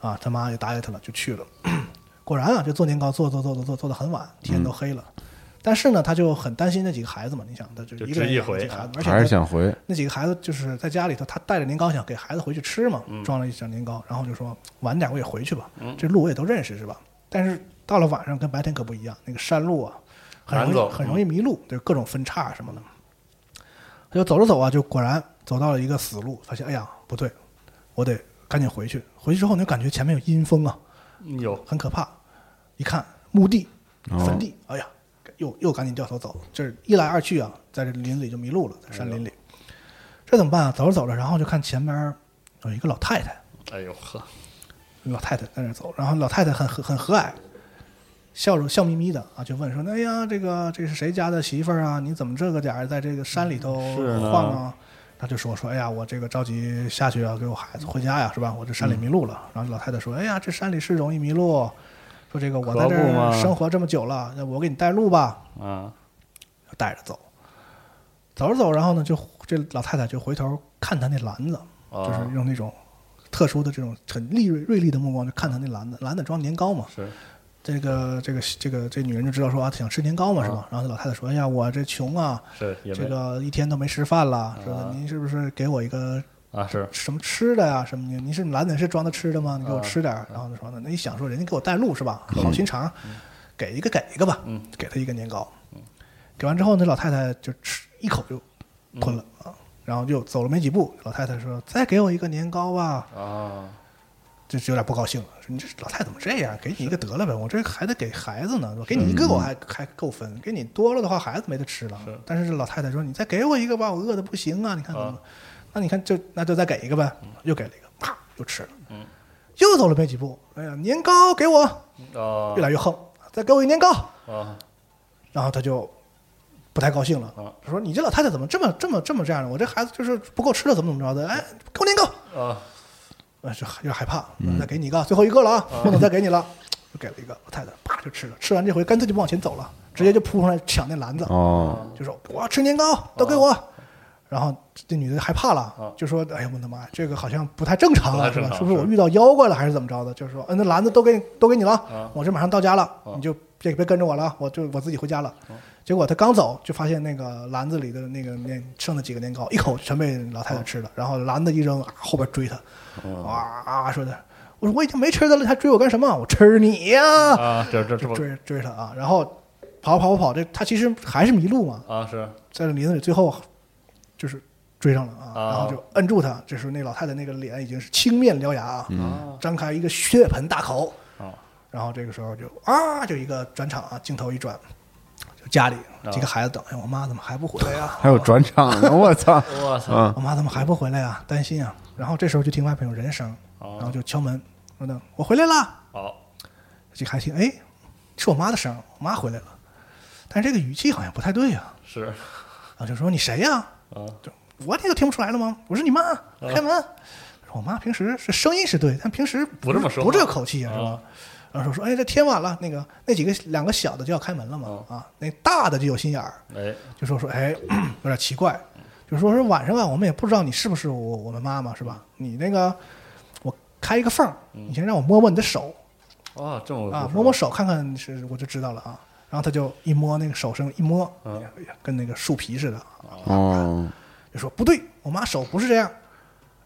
Speaker 4: 啊，他妈也答应他了，就去了。果然啊，这做年糕做做做做做做的很晚，天
Speaker 2: 嗯
Speaker 4: 都黑了。但是呢，他就很担心那几个孩子嘛，你想，他就
Speaker 5: 就
Speaker 4: 一个人
Speaker 5: 执意
Speaker 4: 养着
Speaker 5: 回啊
Speaker 4: 几个孩子，而且
Speaker 2: 还
Speaker 4: 他
Speaker 2: 是想回，
Speaker 4: 那几个孩子就是在家里头，他带着年糕想给孩子回去吃嘛，
Speaker 5: 嗯
Speaker 4: 装了一箱年糕，然后就说晚点我也回去吧，这路我也都认识是吧？但是到了晚上跟白天可不一样，那个山路啊，很容
Speaker 5: 难走嗯
Speaker 4: 易很容易迷路，就各种分叉啊什么的。他就走着走啊，就果然走到了一个死路，发现哎呀不对，我得赶紧回去。回去之后呢，感觉前面有阴风啊，
Speaker 5: 有
Speaker 4: 很可怕。一看墓地、坟地，哎呀，又又赶紧掉头走，这一来二去啊，在这林子里就迷路了，在山林里。这怎么办啊？走着走着，然后就看前边有一个老太太，
Speaker 5: 哎呦呵，
Speaker 4: 老太太在那儿走，然后老太太很很很和蔼，笑容笑眯眯的啊，就问说：“哎呀，这个这是谁家的媳妇儿啊？你怎么这个点儿在这个山里头
Speaker 5: 嗯是呢
Speaker 4: 晃啊？”他就说说：“哎呀，我这个着急下去啊，给我孩子回家呀，是吧？我这山里迷路了。然后老太太说：“哎呀，这山里是容易迷路，说这个我在这
Speaker 5: 可不嘛
Speaker 4: 儿生活这么久了，要不我给你带路吧。”
Speaker 5: 啊
Speaker 4: 带着走，走着走，然后呢，就这老太太就回头看他那篮子，
Speaker 5: 啊
Speaker 4: 就是用那种特殊的这种很利锐锐利的目光就看他那篮子，篮子装年糕嘛。
Speaker 5: 是
Speaker 4: 这个这个这个这女人就知道说啊，想吃年糕嘛，是吧？然后这老太太说：“哎呀，我这穷啊，
Speaker 5: 是也
Speaker 4: 这
Speaker 5: 没
Speaker 4: 个一天都没吃饭了，说
Speaker 5: 啊
Speaker 4: 您是不是给我一个
Speaker 5: 啊是
Speaker 4: 什么吃的呀，什么的？您是篮子是装的吃的吗？你给我吃点儿。然后他说呢，那一想说人家给我带路是吧？好心肠，给一个给一个吧，给他一个年糕。给完之后，那老太太就吃一口就吞了啊，然后就走了没几步，老太太说再给我一个年糕吧，
Speaker 5: 啊
Speaker 4: 这就有点不高兴了，说你这老太太怎么这样？给你一个得了呗，我这还得给孩子呢，我给你一个
Speaker 5: 嗯
Speaker 4: 我还还够分，给你多了的话孩子没得吃了。但是这老太太说你再给我一个吧，我饿的不行啊，你看怎么？
Speaker 5: 啊嗯
Speaker 4: 那你看就那就再给一个呗，又给了一个，啪又吃了，又走了没几步，哎呀，年糕给我，
Speaker 5: 啊
Speaker 4: 越来越横，再给我一年糕，
Speaker 5: 啊
Speaker 4: 然后他就不太高兴了
Speaker 5: 啊，
Speaker 4: 说你这老太太怎么这么这么这么这样呢？我这孩子就是不够吃的，怎么怎么着的？哎，给我年糕。
Speaker 5: 啊
Speaker 4: 啊，就有点害怕，再给你一个，最后一个了啊，不能再给你了，就给了一个，老太太啪就吃了，吃完这回干脆就不往前走了，直接就扑上来抢那篮子，
Speaker 2: 哦，
Speaker 4: 就说我要吃年糕，都给
Speaker 5: 哦
Speaker 4: 我。然后这女的害怕了，就说：“哎呀，我的妈，这个好像不太正常
Speaker 5: 不
Speaker 4: 啊，
Speaker 5: 太
Speaker 4: 是
Speaker 5: 正
Speaker 4: 吧？
Speaker 5: 常
Speaker 4: 是不是
Speaker 5: 是
Speaker 4: 我遇到妖怪了，还是怎么着的？”就是说：“嗯，那篮子都给你，都给你
Speaker 5: 哦
Speaker 4: 了，我这马上到家了，你就别别跟着我了，我就我自己回家了。”
Speaker 5: 哦
Speaker 4: 结果他刚走，就发现那个篮子里的那个那剩的几个年糕，一口全被老太太吃
Speaker 5: 哦
Speaker 4: 了。然后篮子一扔，啊后边追他，啊啊说的，我说我已经没吃的了，还追我干什么？我吃你呀！
Speaker 5: 啊这这这
Speaker 4: 就
Speaker 5: 不
Speaker 4: 追追他啊，然后跑跑跑跑，这他其实还是迷路嘛，
Speaker 5: 啊是
Speaker 4: 在这林子里，最后就是追上了啊，
Speaker 5: 啊
Speaker 4: 然后就摁住他。这时候那老太太那个脸已经是青面獠牙啊，张开一个血盆大口，
Speaker 5: 啊
Speaker 4: 然后这个时候就啊，就一个转场啊，镜头一转，就家里几个孩子等，哎，我妈怎么还不回来呀、
Speaker 2: 还有转场呢，我操！
Speaker 5: 我操，
Speaker 2: 啊，
Speaker 4: 我妈怎么还不回来呀、担心啊。然后这时候就听外边有人声，然后就敲门，说呢，我回来了。
Speaker 5: 好，
Speaker 4: 这孩子听，哎，是我妈的声，我妈回来了。但是这个语气好像不太对呀、
Speaker 5: 是
Speaker 4: 然后就说你谁呀、
Speaker 5: 啊，
Speaker 4: 就我这就听不出来了吗？我是你妈，开门。说我妈平时是声音是对，但平时
Speaker 5: 不这么说话
Speaker 4: 不这个口气啊，是吧？然后说说，哎，这天晚了，那个那几个两个小的就要开门了嘛，啊，那大的就有心眼儿，
Speaker 5: 哎，
Speaker 4: 就说说，哎， 有点奇怪，就说说晚上啊，我们也不知道你是不是我我们妈妈是吧？你那个我开一个缝儿，你先让我摸摸你的手
Speaker 5: 哦，这么
Speaker 4: 啊，
Speaker 5: 不
Speaker 4: 摸摸手看看是我就知道了啊。然后他就一摸那个手上一摸，哎呀跟那个树皮似的，啊
Speaker 2: 哦，
Speaker 4: 就说不对，我妈手不是这样。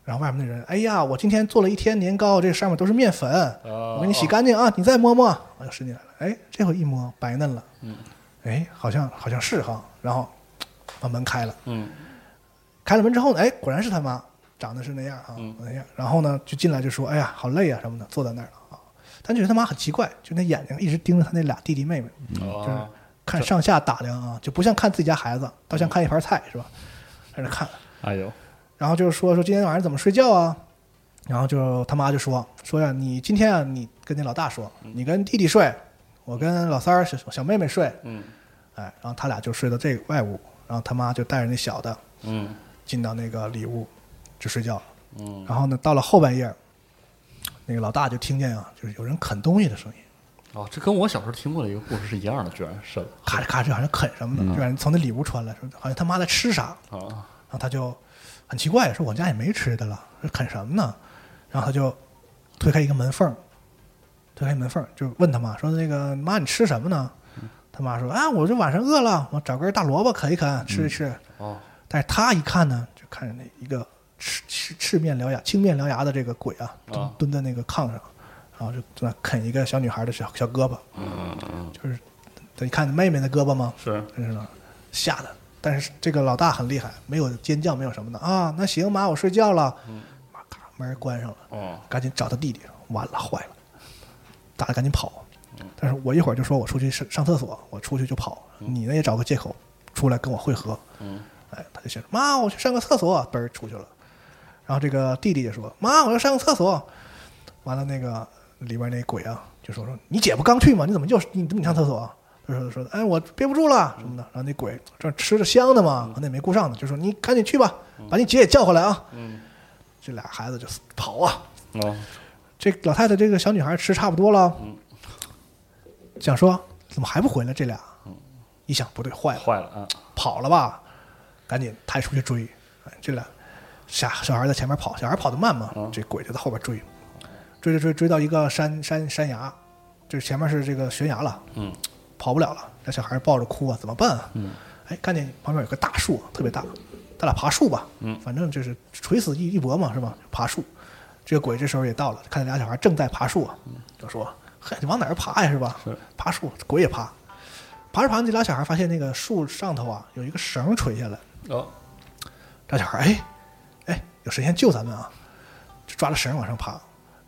Speaker 4: 然后外面那人，哎呀，我今天做了一天年糕，这上面都是面粉，
Speaker 5: 哦
Speaker 4: 我给你洗干净啊，你再摸摸。我就伸进来了，哎，这回一摸白嫩了，嗯，哎，好像好像是哈。然后把门开了，
Speaker 5: 嗯，
Speaker 4: 开了门之后呢，哎，果然是他妈，长得是那样啊，那样。然后呢，就进来就说，哎呀，好累啊什么的，坐在那儿了啊。但觉得他妈很奇怪，就那眼睛一直盯着他那俩弟弟妹妹，就是
Speaker 5: 哦，
Speaker 4: 看上下打量啊，就不像看自己家孩子，倒像看一盘菜是吧？在那看。
Speaker 5: 哎呦，
Speaker 4: 然后就是说说今天晚上怎么睡觉啊？然后就他妈就说说呀，你今天啊，你跟你老大说，
Speaker 5: 嗯
Speaker 4: 你跟弟弟睡，我跟老三儿小小妹妹睡，
Speaker 5: 嗯
Speaker 4: 哎，然后他俩就睡到这个外屋，然后他妈就带着那小的
Speaker 5: 嗯
Speaker 4: 进到那个里屋就睡觉了。
Speaker 5: 嗯，
Speaker 4: 然后呢，到了后半夜，那个老大就听见啊，就是有人啃东西的声音，
Speaker 5: 哦，这跟我小时候听过的一个故事是一样的，居然是
Speaker 4: 咔哧咔哧，好像啃什么
Speaker 5: 嗯
Speaker 4: 的，就感觉从那里屋传来，说好像他妈在吃啥。
Speaker 5: 啊，
Speaker 4: 然后他就很奇怪，说我家也没吃的了，说啃什么呢？然后他就推开一个门缝儿，推开门缝儿就问他妈说：“那个妈，你吃什么呢？”他妈说：“啊，我这晚上饿了，我找根大萝卜啃一啃，吃一吃。
Speaker 5: 哦，
Speaker 4: 但是他一看呢，就看着那一个赤赤赤面獠牙、青面獠牙的这个鬼啊，蹲
Speaker 5: 啊
Speaker 4: 蹲在那个炕上，然后就在那啃一个小女孩的小小胳膊，就是他一看妹妹的胳膊吗？
Speaker 5: 是
Speaker 4: 真是的，吓得。但是这个老大很厉害，没有尖叫，没有什么的啊。那行，妈，我睡觉了。妈，咔，门关上了，
Speaker 5: 哦，
Speaker 4: 赶紧找他弟弟。完了，坏了，大家赶紧跑。但是我一会儿就说我出去上上厕所，我出去就跑。你呢也找个借口出来跟我会合。嗯，哎，他就想妈，我去上个厕所，嘣儿出去了。然后这个弟弟也说妈，我要上个厕所。完了，那个里边那鬼啊，就说说你姐不刚去吗？你怎么就你怎么上厕所、啊？他说说哎，我憋不住了什么的。然后那鬼这吃着香的嘛，可能也没顾上呢，就说你赶紧去吧，把你姐也叫回来啊。嗯，这俩孩子就跑啊，
Speaker 5: 哦，
Speaker 4: 这老太太这个小女孩吃差不多了，想说怎么还不回来？这俩，一想不对，坏了，
Speaker 5: 坏了啊，
Speaker 4: 跑了吧？赶紧他也出去追，哎这俩小小孩在前面跑，小孩跑得慢嘛，这鬼就在后边追，追着追追到一个山山山崖，这前面是这个悬崖了，嗯，跑不了了，那小孩抱着哭啊，怎么办啊？嗯，哎，看见旁边有个大树，特别大，咱俩爬树吧，嗯，反正就是垂死一一搏嘛，是吧？爬树，这个鬼这时候也到了，看见俩小孩正在爬树啊，就说：“嘿，你往哪儿爬呀？是吧？爬树，鬼也爬。”爬着爬着，这俩小孩发现那个树上头啊有一个绳垂下来，
Speaker 5: 哦，
Speaker 4: 这小孩哎哎有神仙救咱们啊，就抓着绳往上爬。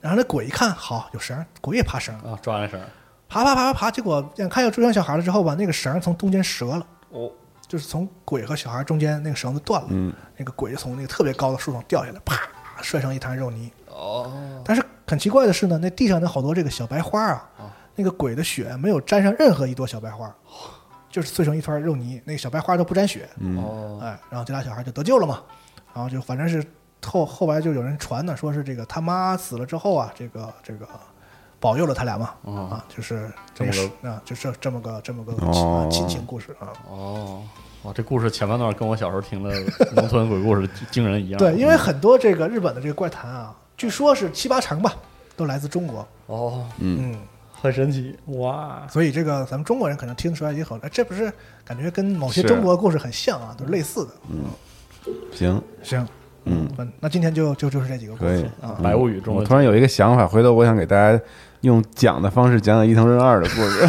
Speaker 4: 然后那鬼一看，好有绳，鬼也爬绳，
Speaker 5: 啊，抓那声，
Speaker 4: 爬爬爬爬爬，结果眼看要追上小孩了之后吧，那个绳从中间折了，
Speaker 5: 哦，
Speaker 4: 就是从鬼和小孩中间那个绳子断了，那个鬼就从那个特别高的树上掉下来，啪摔上一滩肉泥。
Speaker 5: 哦，
Speaker 4: 但是很奇怪的是呢，那地上的好多这个小白花啊，
Speaker 5: 哦
Speaker 4: 那个鬼的血没有沾上任何一朵小白花，就是碎成一团肉泥，那个小白花都不沾血。
Speaker 5: 哦，
Speaker 4: 哎，然后这俩小孩就得救了嘛，然后就反正是后后来就有人传呢，说是这个他妈死了之后啊，这个这个保佑了他俩嘛，啊，就是这
Speaker 5: 哦么个
Speaker 4: 是啊，就是这么个这么个亲
Speaker 2: 哦
Speaker 4: 啊亲情故事啊。
Speaker 5: 哦，哇，这故事前半段跟我小时候 听的农村鬼故事惊人一样，嗯
Speaker 4: 对，
Speaker 2: 嗯
Speaker 4: 因为很多这个日本的这个怪谈啊，据说是七八成吧，都来自中国。
Speaker 5: 哦，
Speaker 4: 嗯，
Speaker 5: 很神奇，哇，
Speaker 4: 所以这个咱们中国人可能听出来以后，哎，这不是感觉跟某些
Speaker 2: 是嗯
Speaker 4: 中国故事很像啊，都是类似的。
Speaker 2: 行，
Speaker 4: 行，嗯，那今天就就就是这几个故
Speaker 2: 可以
Speaker 4: 事啊。
Speaker 5: 白物语中
Speaker 2: 我
Speaker 5: 的
Speaker 2: 突然有一个想法，回头我想给大家用讲的方式讲讲伊藤润二的故事，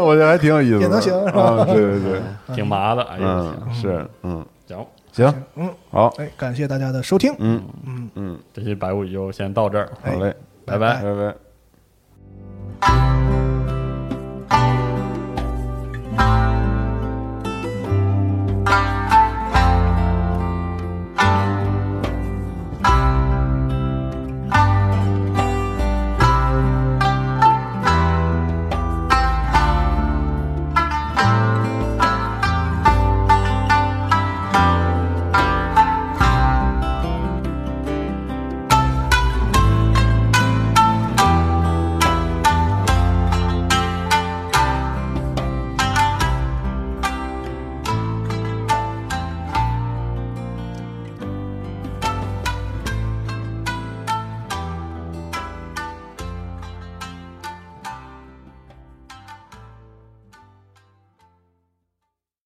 Speaker 2: 我觉得还挺有意思的。
Speaker 4: 也能行是吧
Speaker 2: 啊，对对对，
Speaker 5: 挺麻的，哎呦我天，
Speaker 2: 嗯，是，嗯，
Speaker 5: 行，
Speaker 2: 行，
Speaker 4: 嗯，
Speaker 2: 好，
Speaker 4: 哎，感谢大家的收听，
Speaker 2: 嗯，
Speaker 4: 哎
Speaker 5: 这期白物语就先到这儿，
Speaker 2: 好嘞，
Speaker 5: 拜拜
Speaker 2: 拜。拜。
Speaker 3: 「